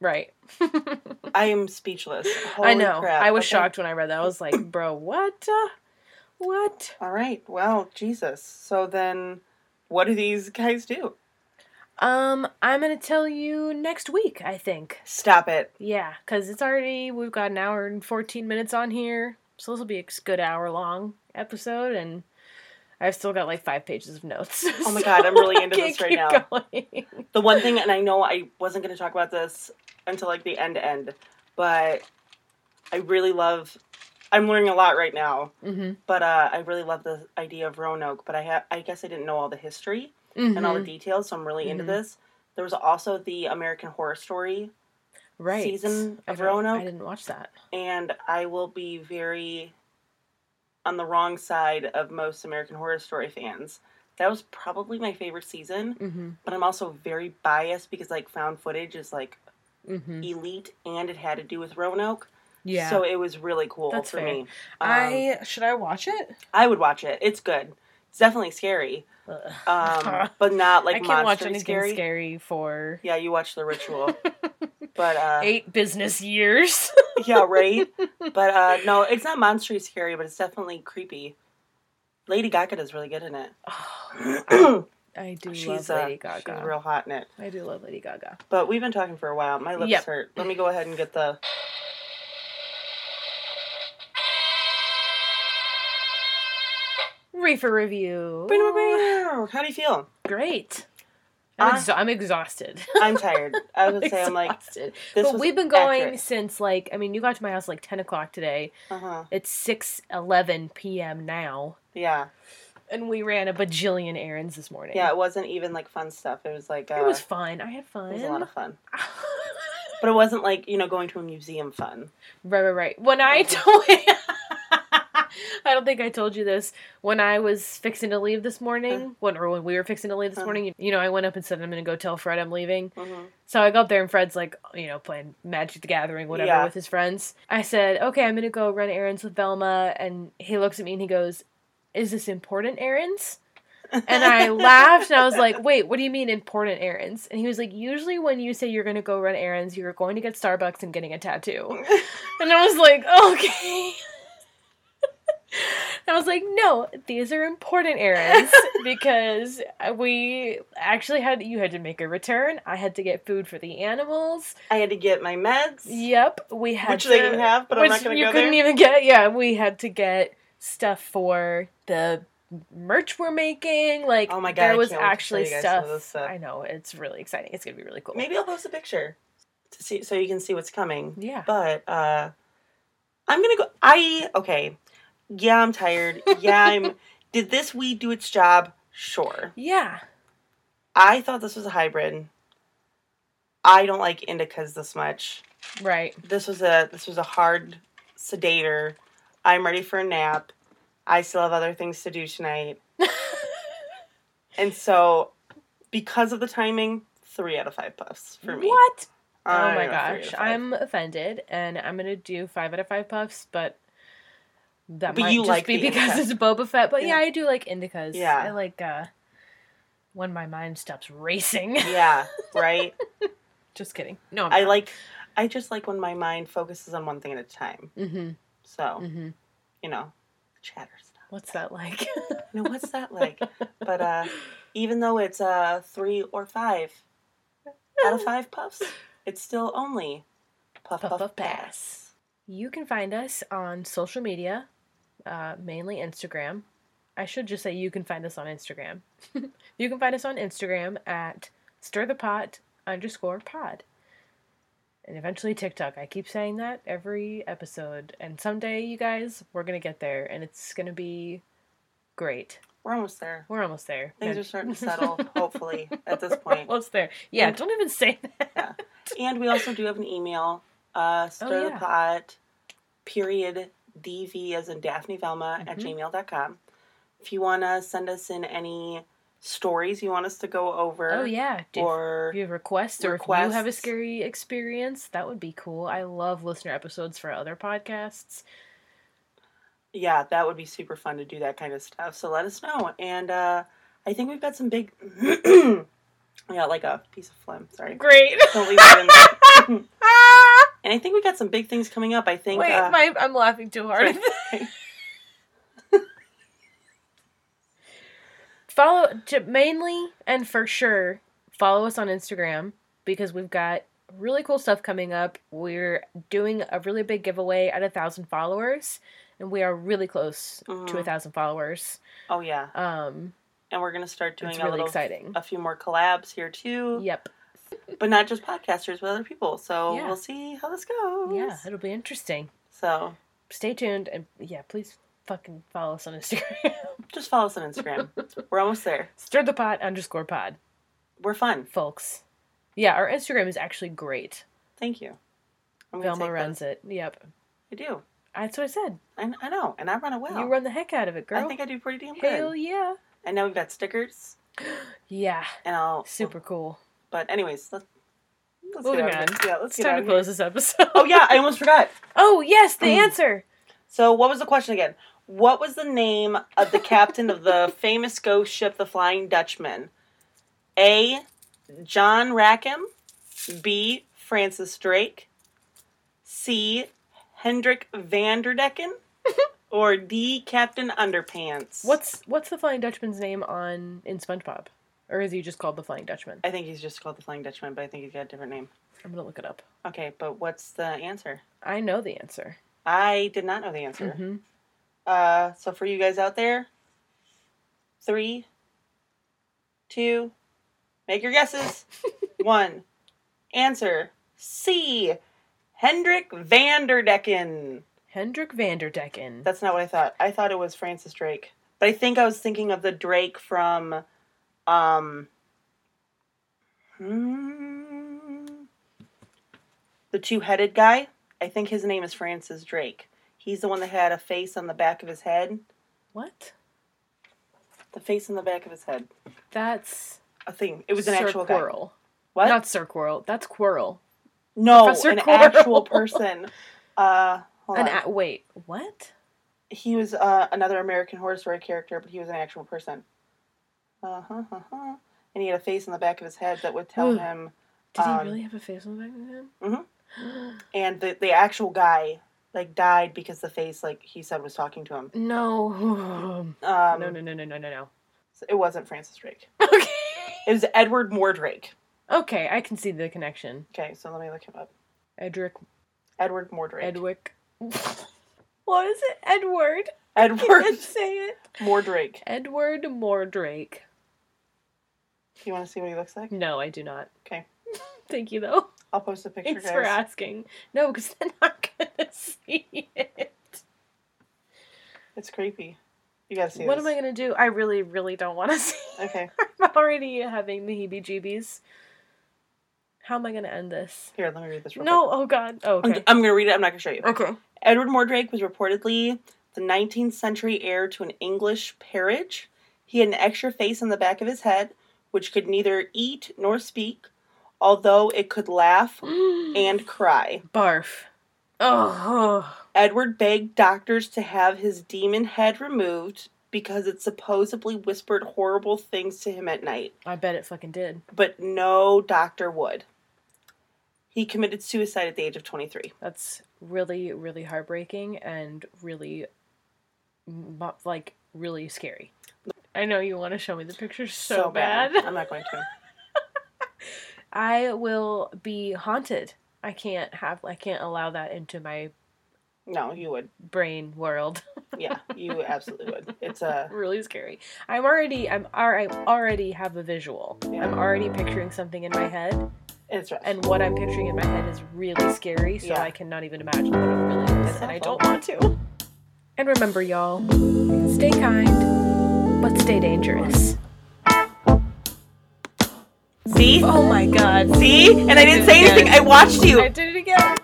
Speaker 1: Right.
Speaker 2: I am speechless. Holy
Speaker 1: I know.
Speaker 2: Crap.
Speaker 1: I was
Speaker 2: Okay.
Speaker 1: shocked when I read that. I was like, "Bro, what? Uh, what?"
Speaker 2: All right. Wow. Jesus. So then, what do these guys do?
Speaker 1: Um, I'm going to tell you next week, I think.
Speaker 2: Stop it.
Speaker 1: Yeah, cuz it's already we've got an hour and 14 minutes on here. So this will be a good hour long episode and I've still got like 5 pages of notes.
Speaker 2: Oh my God, I'm really into this right now.
Speaker 1: Going.
Speaker 2: The one thing, and I know I wasn't going to talk about this until like the end end, but I really love. I'm learning a lot right now,
Speaker 1: Mhm.
Speaker 2: but uh, I really love the idea of Roanoke. But I ha- I guess I didn't know all the history
Speaker 1: Mhm.
Speaker 2: and all the details, so I'm really into
Speaker 1: Mhm.
Speaker 2: this. There was also the American Horror Story,
Speaker 1: right.
Speaker 2: season
Speaker 1: I
Speaker 2: of
Speaker 1: don't-
Speaker 2: Roanoke.
Speaker 1: I didn't watch that.
Speaker 2: and I will be very on the wrong side of most American Horror Story fans. That was probably my favorite season,
Speaker 1: Mhm.
Speaker 2: but I'm also very biased because like found footage is like
Speaker 1: Mhm.
Speaker 2: elite and it had to do with Roanoke.
Speaker 1: Yeah.
Speaker 2: Mm-hmm. So um, it was really cool
Speaker 1: That's
Speaker 2: for
Speaker 1: fair.
Speaker 2: me. Um,
Speaker 1: I should I watch it?
Speaker 2: I would watch it. It's good. It's definitely scary. Um, but not like
Speaker 1: I can't
Speaker 2: monster
Speaker 1: watch anything
Speaker 2: scary.
Speaker 1: scary, for
Speaker 2: Yeah, you watch the ritual. but uh
Speaker 1: 8 business years.
Speaker 2: yeah, right? But uh no, it's not monster scary, but it's definitely creepy. Lady Gaga does really good in it.
Speaker 1: Oh, I do
Speaker 2: she's
Speaker 1: love
Speaker 2: uh,
Speaker 1: Lady Gaga.
Speaker 2: she's real hot in it.
Speaker 1: I do love Lady Gaga.
Speaker 2: But we've been talking for a while. My lips
Speaker 1: Yep.
Speaker 2: hurt. Let me go ahead and get the
Speaker 1: Reefer review.
Speaker 2: How do you feel?
Speaker 1: Great. I'm,
Speaker 2: Uh,
Speaker 1: exha- I'm exhausted.
Speaker 2: I'm tired. I was gonna say I'm like
Speaker 1: exhausted.
Speaker 2: this
Speaker 1: but
Speaker 2: was
Speaker 1: we've been going
Speaker 2: accurate.
Speaker 1: since like I mean you got to my house like 10 o'clock today.
Speaker 2: Uh-huh.
Speaker 1: It's six eleven p.m. now,
Speaker 2: Yeah.
Speaker 1: and we ran a bajillion errands this morning.
Speaker 2: Yeah, it wasn't even like fun stuff. It was like uh,
Speaker 1: it was fun. I had
Speaker 2: it
Speaker 1: fun.
Speaker 2: was a lot of fun. But it wasn't like, you know, going to a museum fun.
Speaker 1: right, right, right. When I told, I don't think I told you this. When I was fixing to leave this
Speaker 2: Uh-huh.
Speaker 1: morning, when or when we were fixing to leave this
Speaker 2: Huh.
Speaker 1: morning, you know, I went up and said I'm going to go tell Fred I'm leaving.
Speaker 2: Mm-hmm.
Speaker 1: So I go up there and Fred's like, you know, playing Magic the Gathering, whatever,
Speaker 2: Yeah.
Speaker 1: with his friends. I said, okay, I'm gonna go run errands with Velma, and he looks at me and he goes, "Is this important errands?" And I laughed and I was like, wait, what do you mean important errands? And he was like, usually when you say you're gonna go run errands, you're going to get Starbucks and getting a tattoo. And I was like, okay. I was like, no, these are important errands because we actually had you had to make a return. I had to get food for the animals.
Speaker 2: I had to get my meds.
Speaker 1: Yep, we had
Speaker 2: Which
Speaker 1: to,
Speaker 2: they didn't have, but I'm
Speaker 1: which
Speaker 2: not gonna
Speaker 1: you
Speaker 2: go there.
Speaker 1: couldn't even get. Yeah, we had to get stuff for the merch we're making. Like,
Speaker 2: Oh my God, I
Speaker 1: there was
Speaker 2: can't wait to show
Speaker 1: actually
Speaker 2: you guys some of
Speaker 1: stuff.
Speaker 2: this stuff.
Speaker 1: I know it's really exciting. It's gonna be really cool.
Speaker 2: Maybe I'll post a picture to see so you can see what's coming.
Speaker 1: Yeah.
Speaker 2: But uh I'm gonna go I okay. Yeah, I'm tired. Yeah, I'm did this weed do its job? Sure.
Speaker 1: Yeah.
Speaker 2: I thought this was a hybrid. I don't like indicas this much.
Speaker 1: Right.
Speaker 2: This was a this was a hard sedator. I'm ready for a nap. I still have other things to do tonight. and so because of the timing, three out of five puffs for me.
Speaker 1: What?
Speaker 2: I
Speaker 1: oh my
Speaker 2: don't know, three out of
Speaker 1: gosh,
Speaker 2: five.
Speaker 1: I'm offended, and I'm gonna do five out of five puffs, but that
Speaker 2: But
Speaker 1: might
Speaker 2: you
Speaker 1: just
Speaker 2: like
Speaker 1: be
Speaker 2: the
Speaker 1: because
Speaker 2: indica.
Speaker 1: it's Boba Fett. But yeah.
Speaker 2: Yeah.
Speaker 1: I do like indicas.
Speaker 2: Yeah.
Speaker 1: I like uh, when my mind stops racing.
Speaker 2: Yeah, right.
Speaker 1: just kidding. No, I'm
Speaker 2: I like I just like when my mind focuses on one thing at a time.
Speaker 1: Mm-hmm.
Speaker 2: So,
Speaker 1: Mm-hmm.
Speaker 2: you know, chatter stuff.
Speaker 1: What's that like?
Speaker 2: Now what's that like? but uh even though it's uh three or five out of five puffs, it's still only puff puff,
Speaker 1: Puff, puff,
Speaker 2: pass.
Speaker 1: pass. You can find us on social media, uh, mainly Instagram. I should just say you can find us on Instagram. you can find us on Instagram at stirthepot underscore pod. And eventually TikTok. I keep saying that every episode. And someday, you guys, we're going to get there and it's going to be great.
Speaker 2: We're almost there.
Speaker 1: We're almost there.
Speaker 2: Things are starting to settle, hopefully, at this point.
Speaker 1: almost there. Yeah,
Speaker 2: And-
Speaker 1: don't even say that.
Speaker 2: And we also do have an email, uh, stir the
Speaker 1: Oh, yeah.
Speaker 2: pot, period, dv as in Daphne Velma at
Speaker 1: Mm-hmm.
Speaker 2: gmail.com. If you want to send us in any stories you want us to go over,
Speaker 1: Oh, yeah. Do-
Speaker 2: or
Speaker 1: If you have requests or if you have a
Speaker 2: requests.
Speaker 1: scary experience, that would be cool. I love listener episodes for other podcasts.
Speaker 2: yeah, that would be super fun to do that kind of stuff. So let us know. And uh, I think we've got some big, I got like a piece of phlegm, sorry.
Speaker 1: Great.
Speaker 2: Don't leave that in there.
Speaker 1: Ah!
Speaker 2: And I think we got some big things coming up. I think.
Speaker 1: Wait,
Speaker 2: uh,
Speaker 1: my, I'm laughing too hard. follow to mainly and for sure follow us on Instagram because we've got really cool stuff coming up. We're doing a really big giveaway at a thousand followers, and we are really close to a
Speaker 2: Mhm.
Speaker 1: thousand followers.
Speaker 2: oh yeah,
Speaker 1: Um,
Speaker 2: and we're gonna start doing
Speaker 1: it's
Speaker 2: a
Speaker 1: really
Speaker 2: little
Speaker 1: exciting.
Speaker 2: a few more collabs here too,
Speaker 1: Yep.
Speaker 2: but not just podcasters, but other people. So
Speaker 1: Yeah.
Speaker 2: we'll see how this goes.
Speaker 1: Yeah, it'll be interesting.
Speaker 2: So
Speaker 1: stay tuned and yeah, please fucking follow us on Instagram.
Speaker 2: just follow us on Instagram. We're almost there.
Speaker 1: Stir the pot underscore pod,
Speaker 2: We're fun.
Speaker 1: folks. Yeah, our Instagram is actually great.
Speaker 2: Thank you. I'm gonna
Speaker 1: Velma
Speaker 2: take
Speaker 1: runs
Speaker 2: those.
Speaker 1: it. Yep.
Speaker 2: I do.
Speaker 1: That's what I said.
Speaker 2: I, I know, and I run it well.
Speaker 1: You run the heck out of it, girl.
Speaker 2: I think I do pretty damn good.
Speaker 1: Hell yeah.
Speaker 2: And now we've got stickers,
Speaker 1: Yeah.
Speaker 2: and I'll
Speaker 1: Super cool.
Speaker 2: But anyways, let's let's
Speaker 1: Moving
Speaker 2: get out of
Speaker 1: on.
Speaker 2: here. Yeah, let's
Speaker 1: It's
Speaker 2: get out
Speaker 1: time to
Speaker 2: of here.
Speaker 1: close this episode.
Speaker 2: Oh yeah, Mm. I almost forgot.
Speaker 1: Oh yes, the answer.
Speaker 2: So what was the question again? What was the name of the captain of the famous ghost ship, the Flying Dutchman? A. John Rackham. B. Francis Drake. C. Hendrik Vanderdecken. or D. Captain Underpants.
Speaker 1: What's what's the Flying Dutchman's name on in SpongeBob? Or is he just called the Flying Dutchman?
Speaker 2: I think he's just called the Flying Dutchman, but I think he's got a different name.
Speaker 1: I'm gonna look it up.
Speaker 2: Okay, but what's the answer?
Speaker 1: I know the answer.
Speaker 2: I did not know the answer.
Speaker 1: hmm
Speaker 2: Uh, so for you guys out there, three, two, make your guesses. One, answer C. Hendrik Vanderdecken.
Speaker 1: Hendrik Vanderdecken.
Speaker 2: That's not what I thought. I thought it was Francis Drake, but I think I was thinking of the Drake from, um, hmm, the two-headed guy. I think his name is Francis Drake. He's the one that had a face on the back of his head.
Speaker 1: what?
Speaker 2: The face on the back of his head.
Speaker 1: That's
Speaker 2: A thing. It was an
Speaker 1: Sir
Speaker 2: actual guy.
Speaker 1: Quirrell.
Speaker 2: What?
Speaker 1: Not Sir Quirrell. That's Quirrell.
Speaker 2: no,
Speaker 1: Professor
Speaker 2: an
Speaker 1: Quirrell.
Speaker 2: actual person. Uh, hold
Speaker 1: An
Speaker 2: on.
Speaker 1: a- wait, what?
Speaker 2: he was uh, another American Horror Story character, but he was an actual person. Uh huh. Uh-huh. And he had a face on the back of his head that would tell
Speaker 1: Ooh.
Speaker 2: him.
Speaker 1: Did
Speaker 2: Um, Mm-hmm.
Speaker 1: he really have a face on the back of his head?
Speaker 2: And the the actual guy like died because the face like he said was talking to him.
Speaker 1: No.
Speaker 2: Um,
Speaker 1: no, no, no, no, no, no, no.
Speaker 2: It wasn't Francis Drake.
Speaker 1: Okay.
Speaker 2: It was Edward Moore Drake.
Speaker 1: Okay, I can see the connection.
Speaker 2: Okay, so let me look him up.
Speaker 1: Edric,
Speaker 2: Edward Moore Drake.
Speaker 1: Edwick. what is it? Edward.
Speaker 2: Edward
Speaker 1: Can't say it.
Speaker 2: Mordrake.
Speaker 1: Edward Mordrake.
Speaker 2: You want to see what he looks like?
Speaker 1: No, I do not.
Speaker 2: Okay.
Speaker 1: Thank you though.
Speaker 2: I'll post a picture,
Speaker 1: Thanks
Speaker 2: guys.
Speaker 1: for asking. No, because they're not gonna see it.
Speaker 2: It's creepy. You gotta see
Speaker 1: What
Speaker 2: this.
Speaker 1: am I gonna do? I really, really don't want to see. it.
Speaker 2: Okay,
Speaker 1: I'm already having the heebie-jeebies. How am I gonna end this?
Speaker 2: here, let me read this. Real
Speaker 1: No. Oh God. Oh,
Speaker 2: quick. I'm,
Speaker 1: okay.
Speaker 2: I'm gonna read it. I'm not gonna show you.
Speaker 1: Okay.
Speaker 2: Edward Mordrake was reportedly the 19th century heir to an English peerage. He had an extra face on the back of his head, which could neither eat nor speak, although it could laugh and cry.
Speaker 1: barf. Oh.
Speaker 2: Edward begged doctors to have his demon head removed because it supposedly whispered horrible things to him at night,
Speaker 1: I bet it fucking did.
Speaker 2: but no doctor would. He committed suicide at the age of 23.
Speaker 1: That's really, really heartbreaking and really, m- like, really scary. I know you want to show me the picture so, bad.
Speaker 2: I'm not going to.
Speaker 1: I will be haunted. I can't have, I can't allow that into my
Speaker 2: No, you would.
Speaker 1: brain world.
Speaker 2: Yeah, you absolutely would. It's a
Speaker 1: really scary. I'm already, I'm, al- I already have a visual.
Speaker 2: Yeah.
Speaker 1: I'm already picturing something in my head,
Speaker 2: it's rough.
Speaker 1: and what I'm picturing in my head is really scary, so
Speaker 2: Yeah.
Speaker 1: I cannot even imagine what it really is,
Speaker 2: That's
Speaker 1: and I
Speaker 2: awful.
Speaker 1: don't want to. And remember, y'all, stay kind, but stay dangerous.
Speaker 2: See?
Speaker 1: Oh my god. Oh
Speaker 2: See? And I didn't say anything. I watched you.
Speaker 1: I did it again.